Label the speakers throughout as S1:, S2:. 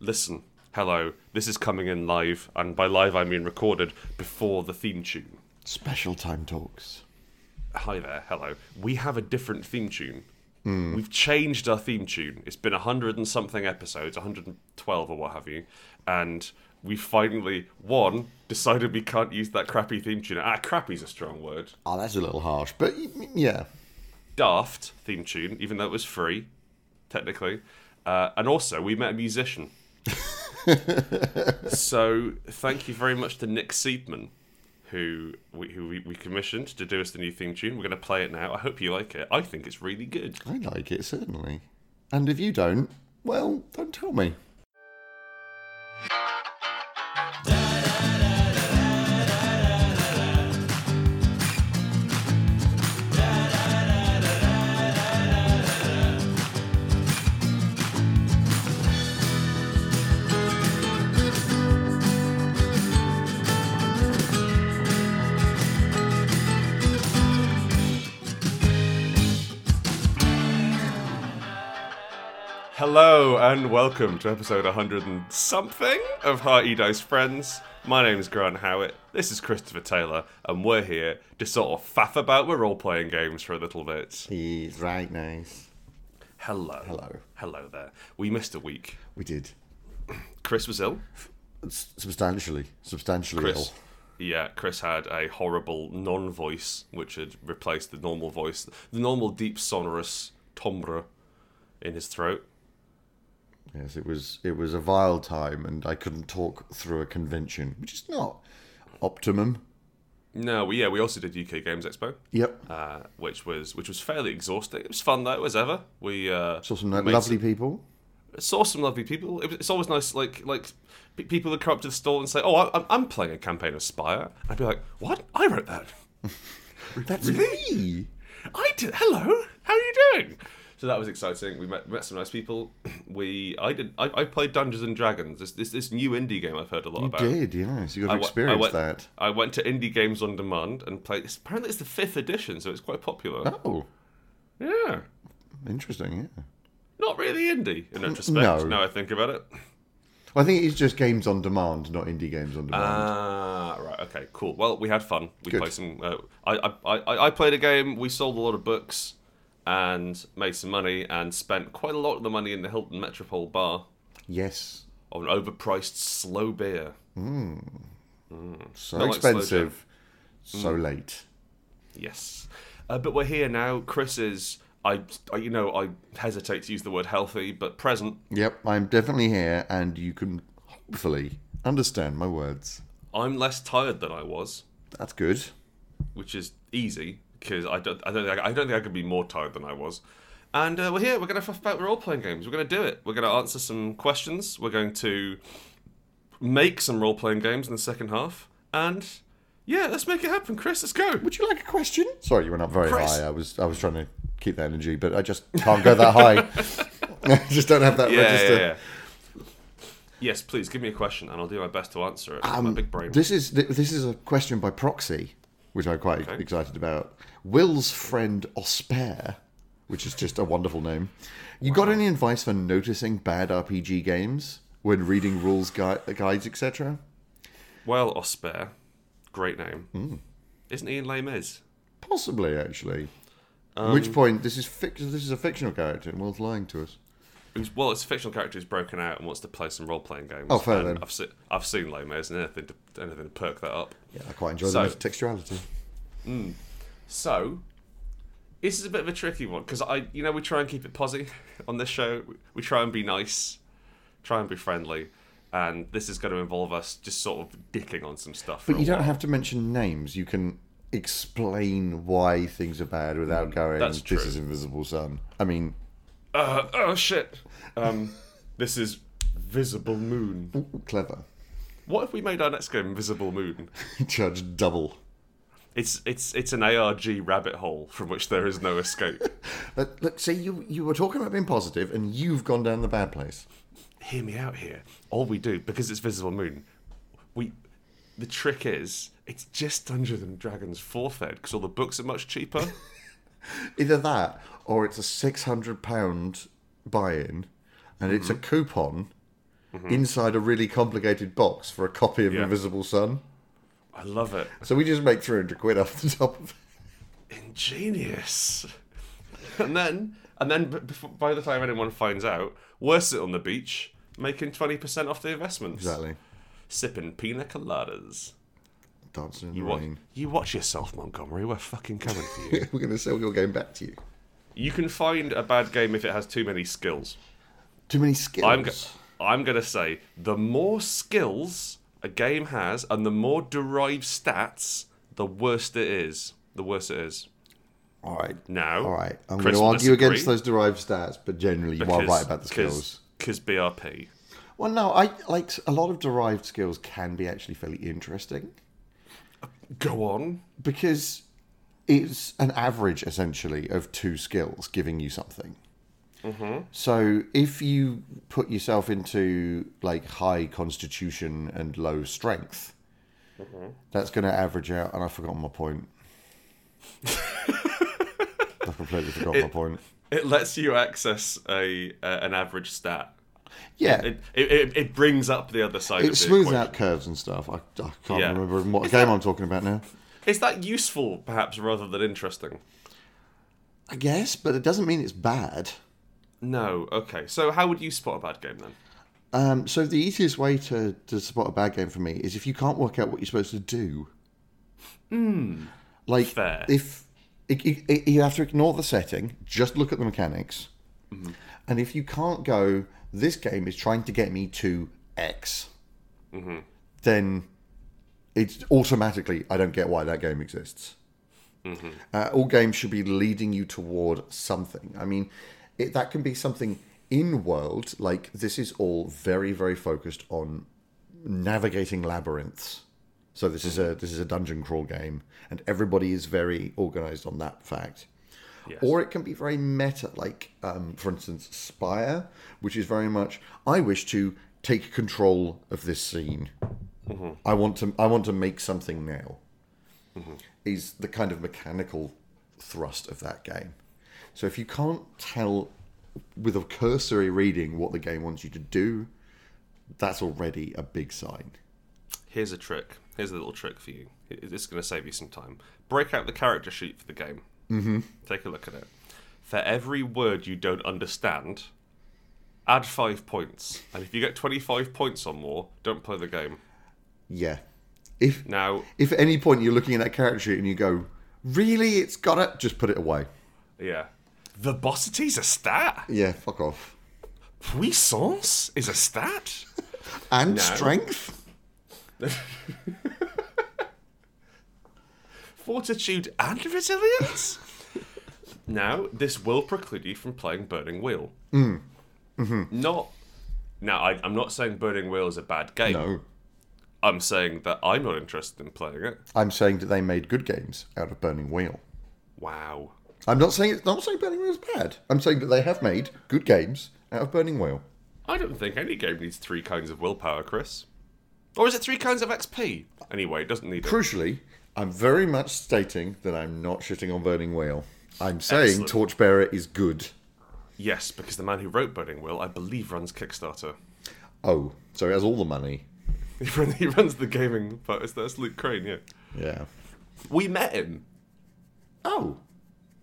S1: listen, hello, this is coming in live, and by live I mean recorded before the theme tune.
S2: Special time talks.
S1: Hi there, hello. We have a different theme tune. We've changed our theme tune. It's been a hundred and something episodes, 112 or what have you, and we finally, one, decided we can't use that crappy theme tune. Ah, crappy's a strong word.
S2: Oh, that's a little harsh, but y- y- yeah.
S1: Daft theme tune, even though it was free, technically. Uh, and also, we met a musician. so, thank you very much to Nick Seedman, who we, who we, we commissioned to do us the new theme tune. We're going to play it now. I hope you like it. I think it's really good.
S2: I like it, certainly. And if you don't, well, don't tell me.
S1: Hello and welcome to episode 100 and something of Hearty Dice Friends. My name is Grant Howitt, this is Christopher Taylor, and we're here to sort of faff about we're all playing games for a little bit.
S2: He's right, nice.
S1: Hello.
S2: Hello.
S1: Hello there. We missed a week.
S2: We did.
S1: Chris was ill.
S2: S- substantially. Substantially
S1: Chris.
S2: ill.
S1: Yeah, Chris had a horrible non voice, which had replaced the normal voice, the normal deep sonorous timbre in his throat.
S2: Yes, it was it was a vile time and I couldn't talk through a convention, which is not optimum.
S1: No, we, yeah, we also did UK Games Expo.
S2: Yep.
S1: uh, which was which was fairly exhausting. It was fun though, as ever. We uh,
S2: Saw some lovely
S1: made
S2: people.
S1: saw some lovely people. It was, it's always nice, like like pe- people would come up to the stall and say, "Oh, I, I'm- I'm playing a campaign of Spire." I'd be like, "What? I wrote that.
S2: That's me.
S1: I did. Hello, how are you doing?" So that was exciting. We met met some nice people. We I did I, I played Dungeons and Dragons. This, this this new indie game I've heard a lot
S2: You
S1: about.
S2: did, yes. You got to
S1: I
S2: experience
S1: went,
S2: that.
S1: I went to Indie Games on Demand and played. It's, apparently, it's the fifth edition, so it's quite popular.
S2: Oh,
S1: Yeah.
S2: interesting, yeah.
S1: Not really indie in retrospect.
S2: no.
S1: Now I think about it.
S2: Well, I think it's just games on demand, not indie games on demand.
S1: Ah, right. Okay, cool. Well, we had fun. We
S2: Good.
S1: played some. Uh, I, I, I, I played a game. We sold a lot of books, and made some money, and spent quite a lot of the money in the Hilton Metropole bar
S2: yes.
S1: on overpriced slow beer.
S2: So
S1: Not like
S2: expensive, so
S1: Mm.
S2: late.
S1: Yes, uh, but we're here now. Chris is. I, I, you know, I hesitate to use the word healthy, but present.
S2: Yep, I'm definitely here, and you can hopefully understand my words.
S1: I'm less tired than I was,
S2: That's good.
S1: which is easy because I don't, I don't, think I, I don't think I could be more tired than I was. And uh, we're here. We're gonna faff about. We're all playing games. We're gonna do it. We're gonna answer some questions. We're going to make some role playing games in the second half. And yeah, let's make it happen, Chris. Let's go.
S2: Would you like a question? Sorry, you went up very
S1: Chris.
S2: high. I was I was trying to keep that energy, but I just can't go that high. I just don't have that
S1: Yeah, yeah,
S2: register.
S1: yeah. Yes, please give me a question, and I'll do my best to answer it. with
S2: Um,
S1: my big brain.
S2: This is th- this is a question by proxy, which I'm quite excited about. Will's friend Osper, which is just a wonderful name. You got any advice for noticing bad RPG games when reading rules, gui- guides, etc.?
S1: well, Osper, great name.
S2: Hmm.
S1: Isn't Ian Lame is?
S2: Possibly, actually.
S1: Um,
S2: At which point, this is fic- this is a fictional character, and Will's lying to us.
S1: who's well, it's a fictional character who's broken out and wants to play some role playing games.
S2: Oh, fair
S1: and
S2: then.
S1: I've, se- I've seen Les Mis and anything to, anything to perk that up.
S2: Yeah, I quite enjoy
S1: So-
S2: the textuality.
S1: So, this is a bit of a tricky one because I, you know, we try and keep it posy on this show. We, we try and be nice, try and be friendly, and this is going to involve us just sort of dicking on some stuff. for
S2: But
S1: a
S2: you don't
S1: while.
S2: have to mention names. You can explain why things are bad without going.
S1: Mm, that's true.
S2: This is Invisible Sun. I mean,
S1: Uh, oh shit! Um, this is Visible Moon.
S2: clever.
S1: What if we made our next game Visible Moon?
S2: Judge double.
S1: It's it's it's an ARG rabbit hole from which there is no escape.
S2: Let, let's say you you were talking about being positive, and you've gone down the bad place.
S1: hear me out here. All we do because it's Visible Moon, we the trick is it's just Dungeons and Dragons fourth ed because all the books are much cheaper.
S2: Either that,
S1: Mm-hmm.
S2: or it's a six hundred pound buy-in, and it's a coupon inside a really complicated box for a copy of
S1: Yeah.
S2: Invisible Sun.
S1: I love it.
S2: So we just make 300 quid off the top of it.
S1: Ingenious. And then, and then, b- before, by the time anyone finds out, we're sitting on the beach making twenty percent off the investments,
S2: Exactly.
S1: sipping pina coladas.
S2: Dancing in
S1: You
S2: the
S1: watch,
S2: rain.
S1: you watch yourself, Montgomery. We're fucking coming for you.
S2: We're going to sell your game back to you.
S1: you can find a bad game if it has too many skills.
S2: Too many skills.
S1: I'm go- I'm gonna say the more skills a game has and the more derived stats, the worse it is. The worse it is.
S2: All right.
S1: Now,
S2: All right. I'm
S1: Chris
S2: going to
S1: will
S2: argue
S1: disagree
S2: against those derived stats, but generally you are right about the skills.
S1: Because BRP.
S2: Well, no, I like a lot of derived skills can be actually fairly interesting
S1: Go on.
S2: because it's an average essentially of two skills giving you something.
S1: Mm-hmm.
S2: So if you put yourself into like high constitution and low strength,
S1: Mm-hmm.
S2: that's going to average out. And I've forgotten my point. I've completely forgotten my point.
S1: It lets you access a uh, an average stat.
S2: Yeah,
S1: It it, it it brings up the other side.
S2: it
S1: of the
S2: smooths
S1: equation.
S2: out curves and stuff. I, I can't
S1: Yeah.
S2: remember what game I'm talking about now.
S1: Is that useful, perhaps, rather than interesting?
S2: I guess, but it doesn't mean it's bad.
S1: No. Okay. So how would you spot a bad game then?
S2: Um, so the easiest way to, to spot a bad game for me is if you can't work out what you're supposed to do. Like
S1: Fair.
S2: if it, it- it- you have to ignore the setting, just look at the mechanics, and if you can't go, this game is trying to get me to X, then it's automatically I don't get why that game exists. Uh, all games should be leading you toward something. I mean, it, that can be something in world, like this is all very, very focused on navigating labyrinths. So this is a this is a dungeon crawl game, and everybody is very organized on that fact.
S1: Yes.
S2: Or it can be very meta, like um, for instance Spire, which is very much I wish to take control of this scene. I want to I want to make something now is the kind of mechanical thrust of that game. So if you can't tell with a cursory reading what the game wants you to do, that's already a big sign.
S1: Here's a trick. Here's a little trick for you. It- It's going to save you some time. Break out the character sheet for the game. Mm-hmm. Take a look at it. For every word you don't understand, add five points. And if you get 25 points or more, don't play the game.
S2: Yeah. If
S1: Now,
S2: if at any point you're looking at that character sheet and you go, "Really, it's got it," just put it away.
S1: yeah. Verbosity's a stat.
S2: Yeah, fuck off.
S1: Puissance is a stat.
S2: And strength.
S1: Fortitude and resilience? now, this will preclude you from playing Burning Wheel.
S2: Mm. Mm-hmm.
S1: Not. Now, I, I'm not saying Burning Wheel is a bad game.
S2: No,
S1: I'm saying that I'm not interested in playing it.
S2: I'm saying that they made good games out of Burning Wheel.
S1: Wow.
S2: I'm not saying it's not saying Burning Wheel is bad. I'm saying that they have made good games out of Burning Wheel.
S1: I don't think any game needs three kinds of willpower, Chris. Or is it three kinds of XP? Anyway, it doesn't need it.
S2: Crucially, I'm very much stating that I'm not shitting on Burning Wheel. I'm saying
S1: Excellent.
S2: Torchbearer is good.
S1: Yes, because the man who wrote Burning Wheel, I believe, runs Kickstarter.
S2: Oh, so it has all the money.
S1: He, run, he runs the gaming part. It's- That's Luke Crane, yeah.
S2: Yeah.
S1: We met him.
S2: Oh.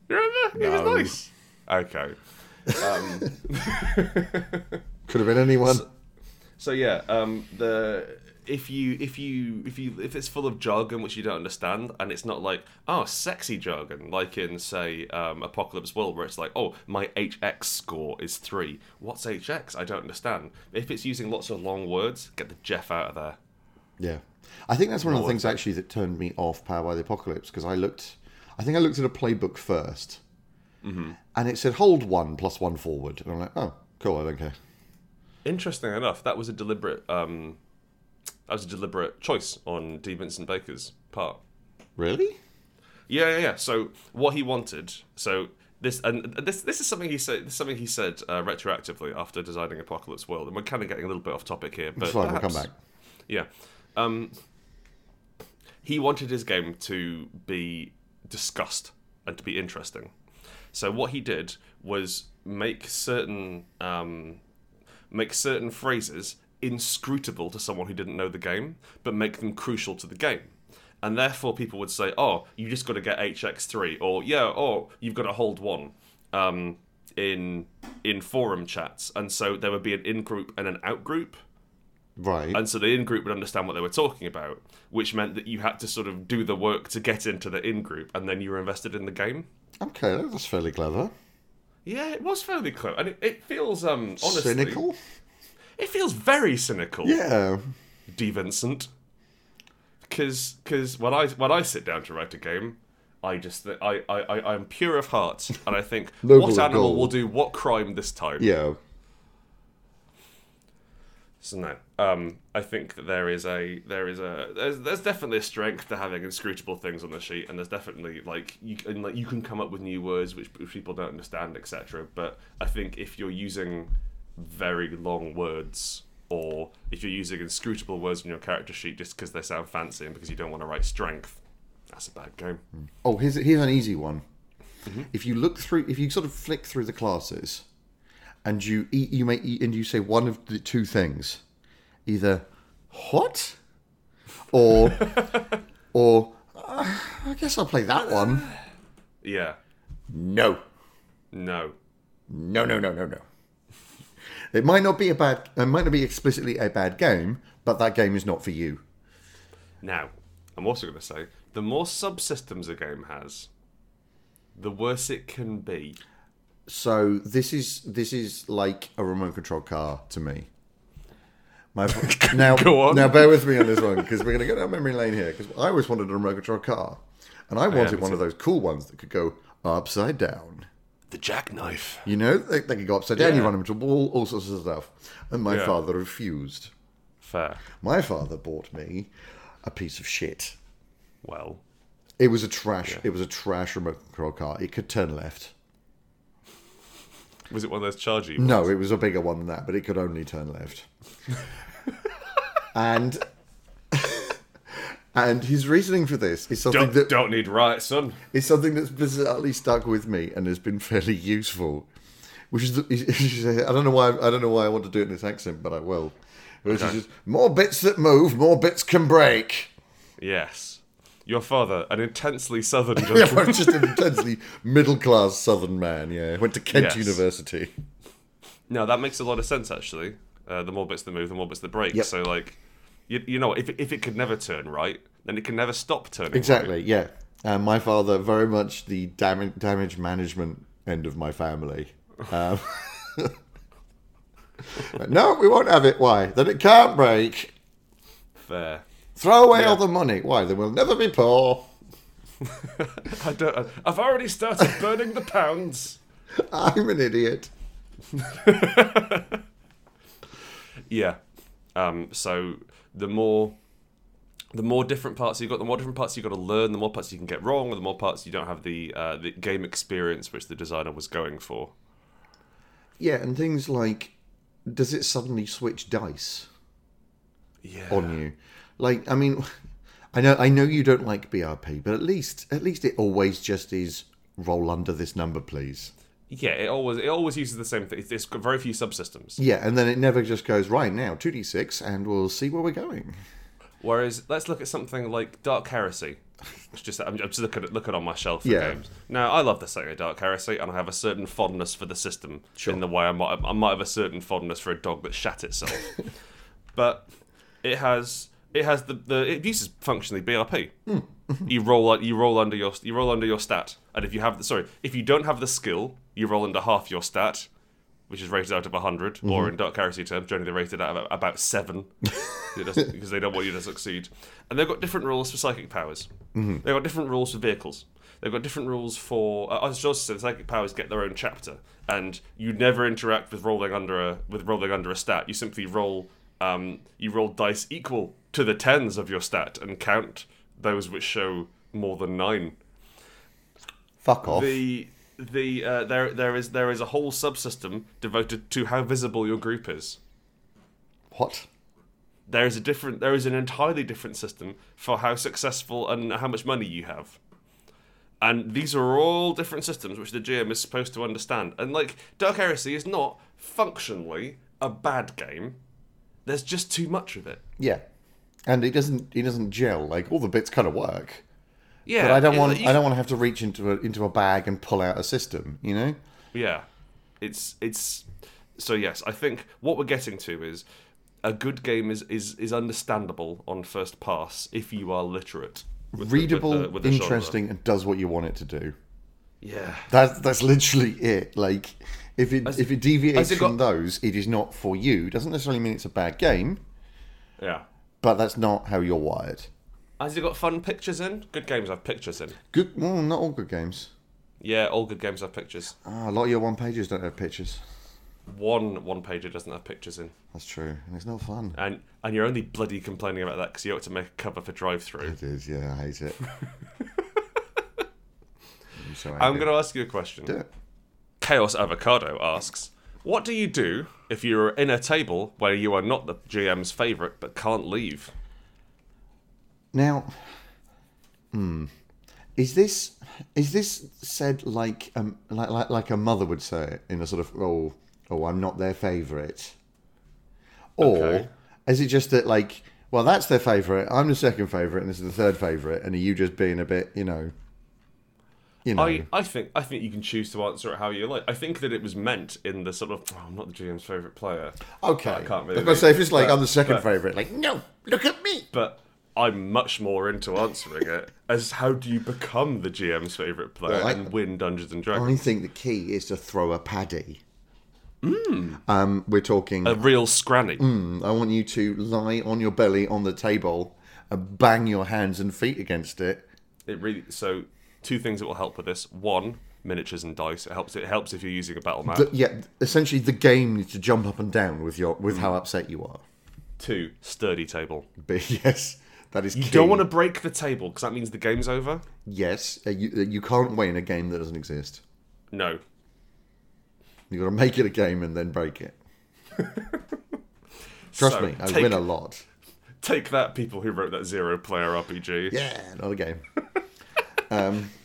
S1: You remember? He
S2: No.
S1: was nice. Okay.
S2: Could have been anyone.
S1: So yeah, um, the if you if you if you if it's full of jargon which you don't understand, and it's not like oh sexy jargon like in say um, Apocalypse World where it's like oh my HX score is three. What's HX? I don't understand. If it's using lots of long words, get the Jeff out of there.
S2: yeah. I think that's one of the things actually that turned me off Power by the Apocalypse because I looked, I think I looked at a playbook 1st and it said hold one plus one forward, and I'm like, oh, cool, I don't care.
S1: Interesting enough, that was a deliberate um, that was a deliberate choice on D Vincent Baker's part.
S2: Really?
S1: Yeah, yeah, yeah. So what he wanted, so this and this this is something he said. This is something he said uh, retroactively after designing Apocalypse World, and we're kind of getting a little bit off topic here. But
S2: It's fine. We'll
S1: perhaps-
S2: come back.
S1: Yeah, um, he wanted his game to be discussed and to be interesting. So what he did was make certain um, make certain phrases inscrutable to someone who didn't know the game, but make them crucial to the game. And therefore, people would say, "Oh, you just got to get HX3," or "Yeah, oh, you've got to hold one." Um, in in forum chats, and so there would be an in group and an out group,
S2: Right.
S1: and so the in group would understand what they were talking about, which meant that you had to sort of do the work to get into the in group, and then you were invested in the game.
S2: Okay, that- that's fairly clever.
S1: Yeah, it was fairly close, and it, it feels um honestly
S2: Cynical?
S1: It feels very cynical.
S2: Yeah.
S1: D. Vincent. Because because when I when I sit down to write a game, I just th- I I I am pure of heart, and I think
S2: Noble
S1: what animal
S2: goal.
S1: will do what crime this time.
S2: Yeah.
S1: So no, um, I think that there is a there is a there's, there's definitely a strength to having inscrutable things on the sheet, and there's definitely like you and like you can come up with new words which, which people don't understand, etc. But I think if you're using very long words, or if you're using inscrutable words on your character sheet just because they sound fancy and because you don't want to write strength, that's a bad game.
S2: Oh, here's here's an easy one. If you look through, if you sort of flick through the classes, and you eat, you may eat, and you say one of the two things, either what, or or "Uh, I guess I'll play that one.
S1: Yeah,
S2: No,
S1: no,
S2: no, no, no, no, no. It might not be a bad, it might not be explicitly a bad game, but that game is not for you.
S1: Now, I'm also going to say the more subsystems a game has, the worse it can be.
S2: So this is this is like a remote control car to me. My now
S1: Go on.
S2: now bear with me on this one because we're gonna go down memory lane here because I always wanted a remote control car, and I wanted
S1: haven't
S2: one of those cool ones that could go upside down.
S1: The jackknife.
S2: You know, they, they could go upside down. You
S1: Yeah.
S2: run them into a wall, all sorts of stuff. And my
S1: Yeah.
S2: father refused.
S1: Fair.
S2: My father bought me a piece of shit.
S1: Well,
S2: It was a trash. It was a trash remote control car. It could turn left.
S1: was it one of those chargy? ones?
S2: No, it was a bigger one than that, but it could only turn left. and and his reasoning for this is something
S1: Don't,
S2: that
S1: don't need right, son.
S2: is something that's bizarrely stuck with me and has been fairly useful. Which is, the, I don't know why I don't know why I want to do it in this accent, but I will. Which is just more bits that move, more bits can break.
S1: Yes. Your father, an intensely southern
S2: Yeah,
S1: gentleman.
S2: I'm just an intensely middle class Southern man. Yeah, went to Kent
S1: Yes.
S2: University.
S1: no, that makes a lot of sense, actually. Uh, the more bits that move, the more bits that break.
S2: Yep.
S1: So, like, you, you know, if, if it could never turn right, then it can never stop turning right.
S2: Exactly. Yeah. Uh, my father, very much the damage damage management end of my family. Um, but no, we won't have it. Why? Then it can't break.
S1: Fair.
S2: Throw away
S1: Yeah.
S2: all the money. Why? Then we'll never be poor.
S1: I don't, I've already started burning the pounds.
S2: I'm an idiot.
S1: Yeah. Um, so the more the more different parts you got, the more different parts you got to learn, the more parts you can get wrong, or the more parts you don't have the uh, the game experience which the designer was going for.
S2: Yeah, and things like, does it suddenly switch dice?
S1: Yeah.
S2: on you. Like, I mean, I know, I know you don't like BRP, but at least, at least it always just is roll under this number, please.
S1: Yeah. It always it always uses the same thing. It's, it's got very few subsystems.
S2: Yeah, and then it never just goes right now two d six, and we'll see where we're going.
S1: Whereas let's look at something like Dark Heresy. It's just I'm, I'm just looking at looking on my shelf for
S2: Yeah.
S1: games. Now I love the setting of Dark Heresy, and I have a certain fondness for the system in the way I might I might have a certain fondness for a dog that shat itself. but it has it has the, the it uses functionally BRP. you roll you roll under your you roll under your stat, and if you have the sorry if you don't have the skill, you roll under half your stat, which is rated out of 100, or in dark heresy terms, generally they're rated out of about seven It doesn't- because they don't want you to succeed. And they've got different rules for psychic powers. They've got different rules for vehicles. They've got different rules for. Uh, I was just saying, psychic powers get their own chapter, and you never interact with rolling under a with rolling under a stat. You simply roll um, you roll dice equal to the tens of your stat and count those which show more than nine.
S2: Fuck off.
S1: The the uh, there there is there is a whole subsystem devoted to how visible your group is.
S2: what?
S1: There is a different there is an entirely different system for how successful and how much money you have. And these are all different systems which the GM is supposed to understand. And like Dark Heresy is not functionally a bad game. there's just too much of it.
S2: Yeah, and it doesn't it doesn't gel. Like all the bits kind of work,
S1: Yeah,
S2: but I don't
S1: it-
S2: want
S1: you-
S2: I don't want to have to reach into a, into a bag and pull out a system. You know?
S1: Yeah, it's it's. So yes, I think what we're getting to is a good game is is is understandable on first pass if you are literate, with the- with
S2: Readable,
S1: the- with the genre.
S2: interesting, and does what you want it to do.
S1: Yeah,
S2: That's that's literally it. Like if it if it deviates
S1: has it
S2: from those, it is not for you. Doesn't necessarily mean it's a bad game,
S1: yeah.
S2: but that's not how you're wired.
S1: Has it got fun pictures in? Good games have pictures in.
S2: Good, well, not all good games.
S1: Yeah, all good games have pictures.
S2: Ah, a lot of your one pages don't have pictures.
S1: One one pager doesn't have pictures in,
S2: That's true, and it's not fun.
S1: and and you're only bloody complaining about that because you ought to make a cover for drive through.
S2: It is, yeah, I hate it. I'm, so
S1: I'm
S2: angry.
S1: going to ask you a question.
S2: do it.
S1: Chaos Avocado asks, "What do you do if you are in a table where you are not the GM's favourite but can't leave?"
S2: Now, hmm, is this is this said like um like, like like a mother would say it in a sort of oh oh I'm not their favourite, or
S1: Okay.
S2: is it just that like well that's their favourite I'm the second favourite and this is the third favourite and are you just being a bit you know you know
S1: I, I think I think you can choose to answer it how you like. I think that it was meant in the sort of oh, I'm not the GM's favourite player,
S2: okay
S1: I can't really
S2: I'm gonna say if it's like
S1: but-
S2: I'm the second
S1: but-
S2: favourite like no look at me
S1: but I'm much more into answering it as how do you become the GM's favourite player
S2: Well, I-
S1: and win Dungeons and Dragons?
S2: I think the key is to throw a paddy.
S1: Hmm.
S2: Um, we're talking.
S1: a real scranny.
S2: I want you to lie on your belly on the table and bang your hands and feet against it.
S1: It really so two things that will help with this. One, miniatures and dice. It helps. It helps if you're using a battle map.
S2: But yeah, essentially the game needs to jump up and down with your
S1: Hmm.
S2: with how upset you are.
S1: Two, sturdy table.
S2: But yes, that is.
S1: You don't want to break the table because that means the game's over.
S2: Yes, uh, you uh, you can't win a game that doesn't exist.
S1: No.
S2: You got to make it a game and then break it. Trust
S1: So,
S2: me, I
S1: take-
S2: win a lot.
S1: Take that, people who wrote that zero player RPG.
S2: Yeah, not a game.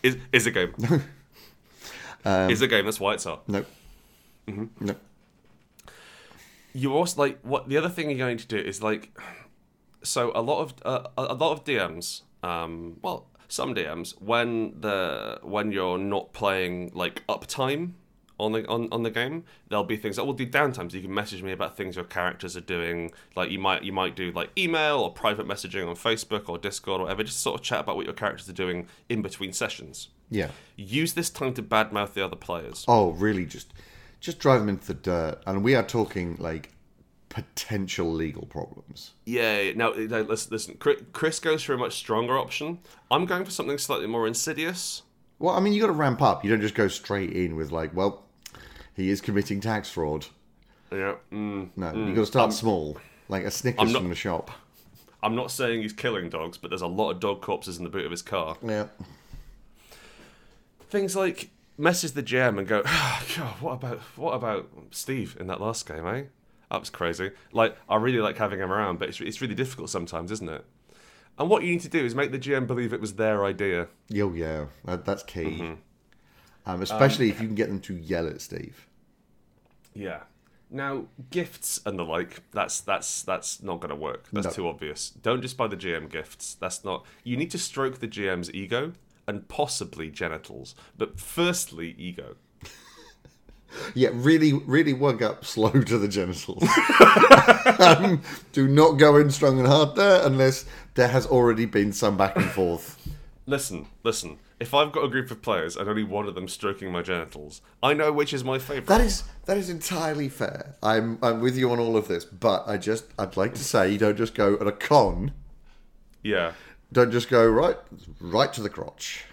S1: Is, is a game.
S2: Um,
S1: is a game. That's why it's up.
S2: Nope.
S1: Mm-hmm.
S2: Nope.
S1: You also like what the other thing you're going to do is like, so a lot of uh, a a lot of DMs, um, well, some DMs when the when you're not playing like uptime on the on, on the game, there'll be things that will do downtimes. you can message me about things your characters are doing. Like you might you might do like email or private messaging on Facebook or Discord or whatever. Just sort of chat about what your characters are doing in between sessions.
S2: Yeah.
S1: Use this time to badmouth the other players.
S2: Oh, really? Just just drive them into the dirt, and we are talking like potential legal problems.
S1: Yeah, now now, listen, listen. Chri- Chris goes for a much stronger option. I'm going for something slightly more insidious.
S2: Well, I mean, you got to ramp up. You don't just go straight in with like, well, he is committing tax fraud.
S1: Yeah. Mm.
S2: No, you got to start small, like a Snickers from the shop.
S1: I'm not saying he's killing dogs, but there's a lot of dog corpses in the boot of his car.
S2: Yeah,
S1: Things like message the GM and go, "Ah, God, what about what about Steve in that last game, eh? That was crazy. Like, I really like having him around, but it's, it's really difficult sometimes, isn't it? And what you need to do is make the GM believe it was their idea.
S2: yo, yeah, that, that's key. Um, especially if you can get them to yell at Steve.
S1: Yeah. Now, gifts and the like, that's that's that's not going to work. That's
S2: No.
S1: too obvious. Don't just buy the GM gifts. That's not You need to stroke the GM's ego and possibly genitals, but firstly ego.
S2: Yeah, really, really work up slow to the genitals. um, do not go in strong and hard there unless there has already been some back and forth.
S1: Listen, listen. If I've got a group of players and only one of them stroking my genitals, I know which is my favorite.
S2: That is that is entirely fair. I'm I'm with you on all of this, but I just I'd like to say you don't just go at a con.
S1: yeah.
S2: Don't just go right right to the crotch.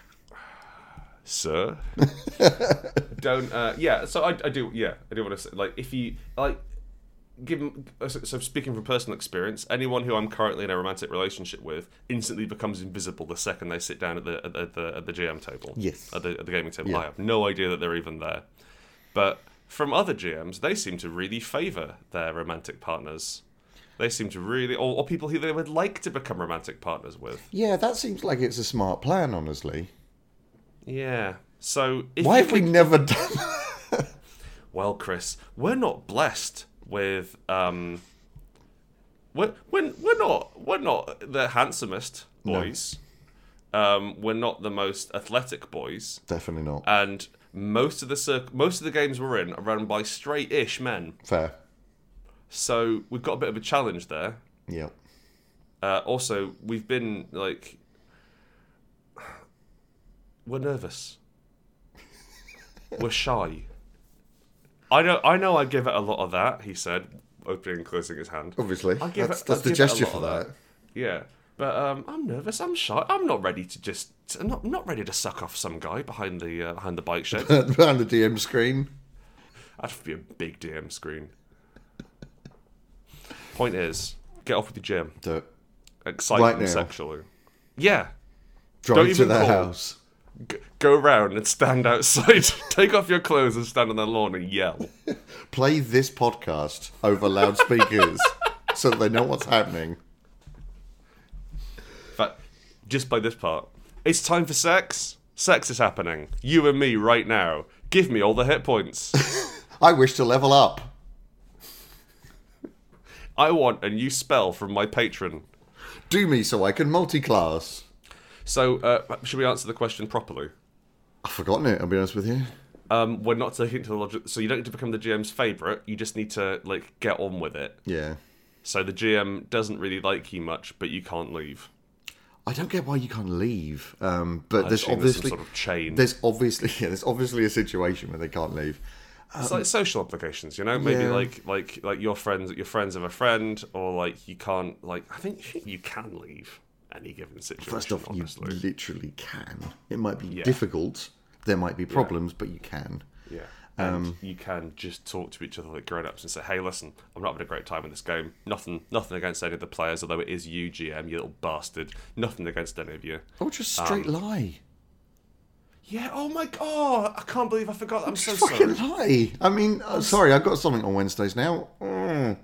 S1: sir. Don't. Uh, yeah. So I, I do. Yeah, I do want to say like if you like. Give 'em- uh, so so speaking from personal experience, anyone who I'm currently in a romantic relationship with instantly becomes invisible the second they sit down at the at the- at the, at the GM table.
S2: Yes.
S1: at the, at the gaming table. I have no idea that they're even there. But from other GMs, they seem to really favour their romantic partners. They seem to really, or, or people who they would like to become romantic partners with.
S2: Yeah, that seems like it's a smart plan, honestly.
S1: Yeah. So if
S2: Why
S1: you
S2: have we never done?
S1: Well, Chris, we're not blessed with um, We're, we're, we're not we're not the handsomest boys. Um, we're not the most athletic boys,
S2: Definitely not.
S1: and most of the circ- most of the games we're in are run by straight-ish men.
S2: Fair.
S1: So we've got a bit of a challenge there.
S2: Yeah.
S1: Uh, also, we've been like, we're nervous. we're shy. I know. I know. I give it a lot of that. He said, opening and closing his hand.
S2: Obviously.
S1: I'll give
S2: Oh, That's,
S1: it-
S2: that's
S1: I'll
S2: the
S1: give it a
S2: gesture
S1: lot
S2: for
S1: of
S2: that.
S1: that. Yeah, but um, I'm nervous. I'm shy. I'm not ready to just. I'm not not ready to suck off some guy behind the uh, behind the bike shed.
S2: Behind the DM screen.
S1: That'd be a big DM screen. Point is, get off with your gym.
S2: Do it.
S1: Excite
S2: Right
S1: them
S2: now.
S1: sexually. Yeah,
S2: Drive
S1: Don't
S2: to
S1: even
S2: their
S1: call.
S2: house.
S1: G- go round and stand outside. Take off your clothes and stand on the lawn and yell.
S2: Play this podcast over loudspeakers so that they know what's happening.
S1: In fact, just by this part, it's time for sex. Sex is happening. You and me right now. Give me all the hit points.
S2: I wish to level up.
S1: I want a new spell from my patron.
S2: Do me so I can multi-class.
S1: So, uh, should we answer the question properly?
S2: I've forgotten it, I'll be honest with you.
S1: Um, we're not taking it to the logic, so you don't need to become the GM's favorite. You just need to like get on with it.
S2: Yeah.
S1: So the GM doesn't really like you much, but you can't leave.
S2: I don't get why you can't leave. Um, but
S1: I
S2: there's
S1: assume there's some
S2: obviously
S1: sort of chain.
S2: there's obviously yeah, there's obviously a situation where they can't leave.
S1: it's like social obligations, you know. Maybe
S2: Um, yeah.
S1: like like like your friends, your friends of a friend, or like you can't like. I think you can leave any given situation.
S2: First off, you
S1: honestly.
S2: literally can. It might be difficult. There might be problems, but you can.
S1: Yeah. And
S2: Um,
S1: you can just talk to each other like grown ups and say, Hey, listen, I'm not having a great time in this game. Nothing nothing against any of the players, although it is you, GM, you little bastard. Nothing against any of you.
S2: Or Oh, just straight lie.
S1: Yeah, oh my god, I can't believe I forgot. I'm so
S2: Fucking
S1: sorry.
S2: lie. I mean, uh, sorry, I've got something on Wednesdays now. Mm.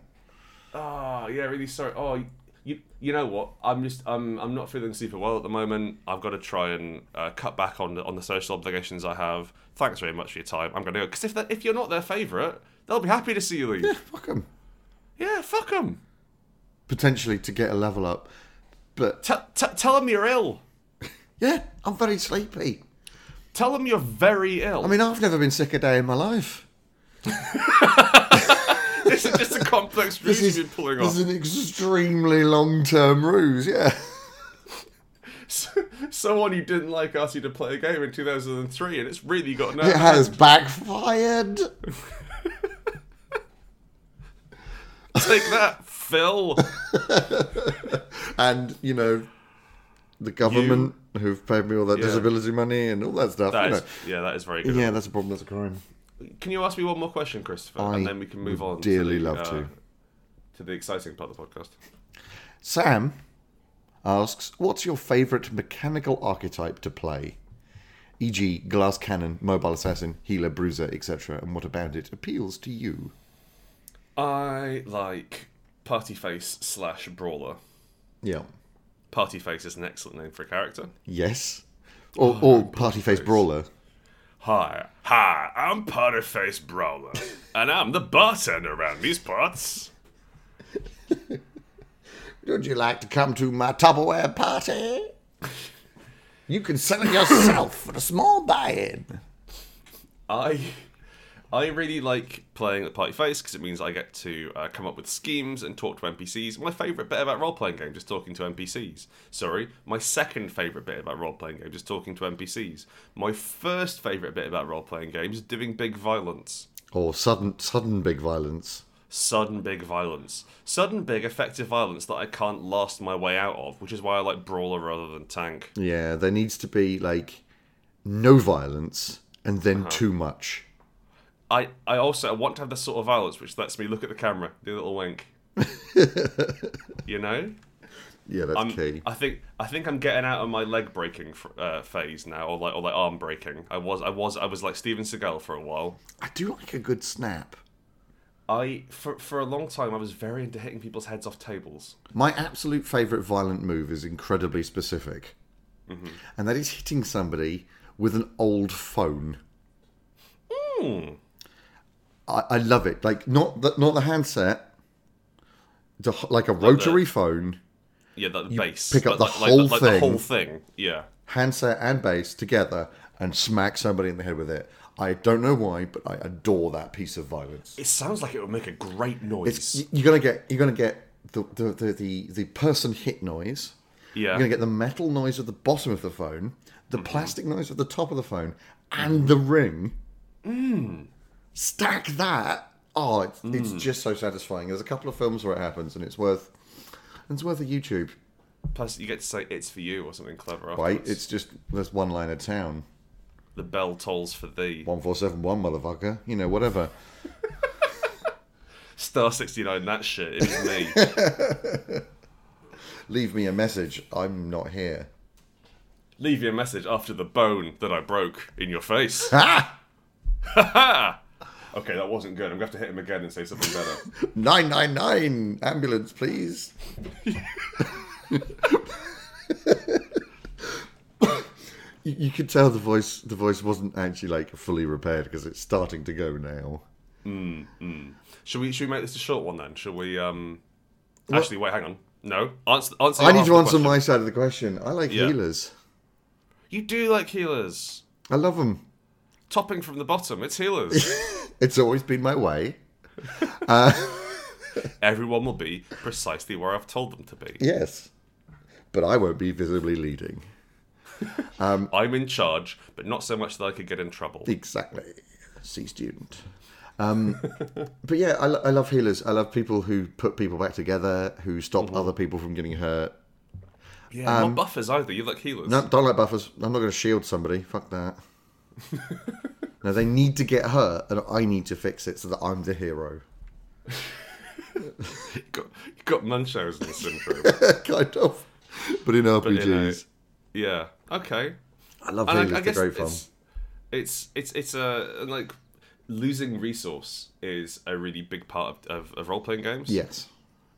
S1: Oh, yeah, really sorry. Oh you, you know what? I'm just I'm I'm not feeling super well at the moment. I've got to try and uh, cut back on the, on the social obligations I have. Thanks very much for your time. I'm gonna go because if they're- if you're not their favourite, they'll be happy to see you leave.
S2: Yeah, fuck 'em.
S1: yeah, fuck them.
S2: Potentially to get a level up. But
S1: T- t- tell them you're ill.
S2: yeah, I'm very sleepy.
S1: Tell them you're very ill.
S2: I mean, I've never been sick a day in my life.
S1: this is just a complex ruse
S2: This
S1: you've
S2: is,
S1: been pulling
S2: this
S1: off.
S2: is an extremely long term ruse, yeah.
S1: Someone you didn't like asked you to play a game in 2003, and it's really got no.
S2: It has backfired.
S1: Take that, Phil.
S2: And, you know, the government who've paid me all that disability money and all that stuff.
S1: That
S2: you
S1: is, yeah, that is very good.
S2: know. Yeah, that's a problem. That's a crime.
S1: Can you ask me one more question, Christopher, and
S2: I
S1: then we can move on.
S2: dearly
S1: to the,
S2: love
S1: uh,
S2: to.
S1: To the exciting part of the podcast.
S2: Sam asks, "What's your favourite mechanical archetype to play?" E.g., glass cannon, mobile assassin, healer, bruiser, etc. And what about it appeals to you?
S1: I like Party Face slash Brawler.
S2: Yeah.
S1: Party Face is an excellent name for a character.
S2: Yes. Or,
S1: Oh,
S2: or party face brawler.
S1: Hi, hi, I'm Party Face Brawler, and I'm the bartender around these parts.
S2: Would you like to come to my Tupperware party? You can sell it yourself for a small buy-in.
S1: I I really like playing the party face because it means I get to uh, come up with schemes and talk to NPCs. My favorite bit about role playing games is talking to NPCs. Sorry, my second favorite bit about role playing games is talking to NPCs. My first favorite bit about role playing games is doing big violence.
S2: Or sudden, sudden big violence.
S1: Sudden big violence. Sudden big effective violence that I can't last my way out of, which is why I like brawler rather than tank.
S2: Yeah, there needs to be like no violence and then too much.
S1: I, I also I want to have the sort of violence which lets me look at the camera, do a little wink. you know?
S2: Yeah, that's key.
S1: I think I think I'm getting out of my leg breaking fr- uh, phase now, or like or like arm breaking. I was I was I was like Steven Seagal for a while.
S2: I do like a good snap.
S1: I for for a long time I was very into hitting people's heads off tables.
S2: My absolute favourite violent move is incredibly specific, and that is hitting somebody with an old phone. Hmm. I, I love it. Like not the, not the handset, the, h- like a rotary phone,
S1: Yeah, that the bass.
S2: pick
S1: Like-
S2: up the
S1: like-
S2: whole
S1: like, like the whole
S2: thing.
S1: thing. Yeah.
S2: handset and bass together, and smack somebody in the head with it. I don't know why, but I adore that piece of violence.
S1: It sounds like it would make a great noise.
S2: It's, you're gonna get you're gonna get the the, the, the, the person hit noise.
S1: yeah.
S2: You're going to get the metal noise at the bottom of the phone, the plastic noise at the top of the phone, and the ring. Mm. Stack that. Oh, it's, it's just so satisfying. There's a couple of films where it happens, and it's worth it's worth a YouTube.
S1: Plus, you get to say "it's for you" or something clever.
S2: Right?
S1: afterwards.
S2: It's just there's one line of town,
S1: the bell tolls for thee.
S2: one four seven one motherfucker. You know, whatever.
S1: Star sixty nine. That shit. It was me.
S2: Leave me a message. I'm not here.
S1: Leave your message after the bone that I broke in your face.
S2: Ah,
S1: okay, that wasn't good. I'm gonna have to hit him again and say something better.
S2: nine nine nine ambulance, please. you, you could tell the voice the voice wasn't actually like fully repaired because it's starting to go now.
S1: should we? Should we make this a short one then? Should we? Um. Actually, wait. Hang on. No. Answer. answer
S2: I need
S1: half
S2: to
S1: the
S2: answer
S1: question.
S2: my side of the question. I like
S1: Yeah.
S2: healers.
S1: You do like healers.
S2: I love them.
S1: Topping from the bottom. It's healers.
S2: It's always been my way.
S1: Everyone will be precisely where I've told them to be.
S2: Yes. But I won't be visibly leading. Mm.
S1: I'm in charge, but not so much that I could get in trouble.
S2: Exactly. C student. Um, but yeah, I, lo- I love healers. I love people who put people back together, who stop other people from getting hurt.
S1: Yeah, not buffers either. You like healers.
S2: um, No, don't like buffers. I'm not going to shield somebody. Fuck that. no, they need to get hurt, and I need to fix it so that I'm the hero.
S1: You've got, you got Munchausen syndrome.
S2: kind of. But in RPGs,
S1: you know. yeah. Okay.
S2: I love
S1: And
S2: healers.
S1: I, I
S2: They're
S1: guess
S2: great fun.
S1: it's, it's it's it's a and, like losing resource is a really big part of, of, of role playing games.
S2: Yes.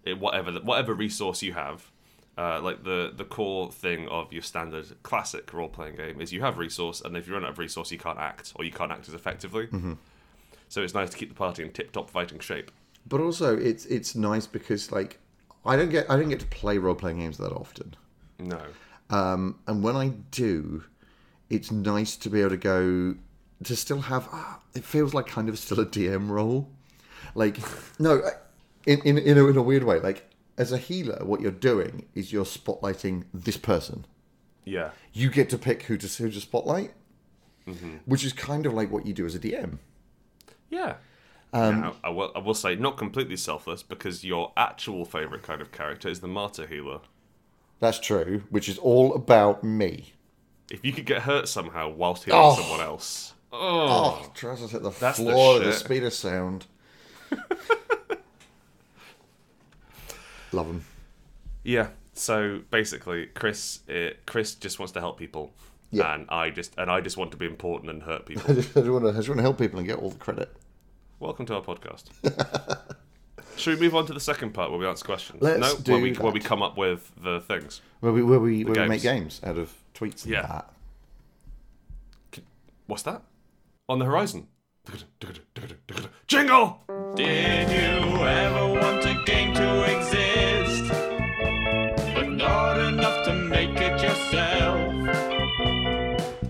S1: It, whatever whatever resource you have, uh, like the the core thing of your standard classic role playing game is you have resource, and if you run out of resource, you can't act or you can't act as effectively. So it's nice to keep the party in tip top fighting shape.
S2: But also, it's it's nice because like I don't get I don't get to play role playing games that often.
S1: No.
S2: Um, and when I do, it's nice to be able to go to still have. Ah, it feels like kind of still a DM role. Like, no, I- in in in a, in a weird way. Like, as a healer, what you're doing is you're spotlighting this person.
S1: Yeah.
S2: You get to pick who to who to spotlight,
S1: Mm-hmm.
S2: which is kind of like what you do as a DM.
S1: Yeah. Now, I will. I will say not completely selfless because your actual favorite kind of character is the martyr healer.
S2: That's true. Which is all about me.
S1: If you could get hurt somehow whilst healing
S2: Oh.
S1: someone else. Oh.
S2: Oh, trousers hit the
S1: That's the
S2: floor at the
S1: shit.
S2: speed of sound. Love them.
S1: Yeah. So basically, Chris, uh Chris just wants to help people,
S2: Yeah.
S1: and I just and I just want to be important and hurt
S2: I
S1: people.
S2: just, I just want to, I just want to help people and get all the credit.
S1: Welcome to our podcast. Should we move on to the second part where we answer questions?
S2: Let's
S1: no,
S2: do
S1: where we where
S2: that.
S1: we come up with the things.
S2: Where we where we, where we
S1: games.
S2: make games out of tweets and
S1: Yeah.
S2: that.
S1: What's that? On the horizon. Jingle!
S3: Did you ever want a game to exist? But not enough to make it yourself.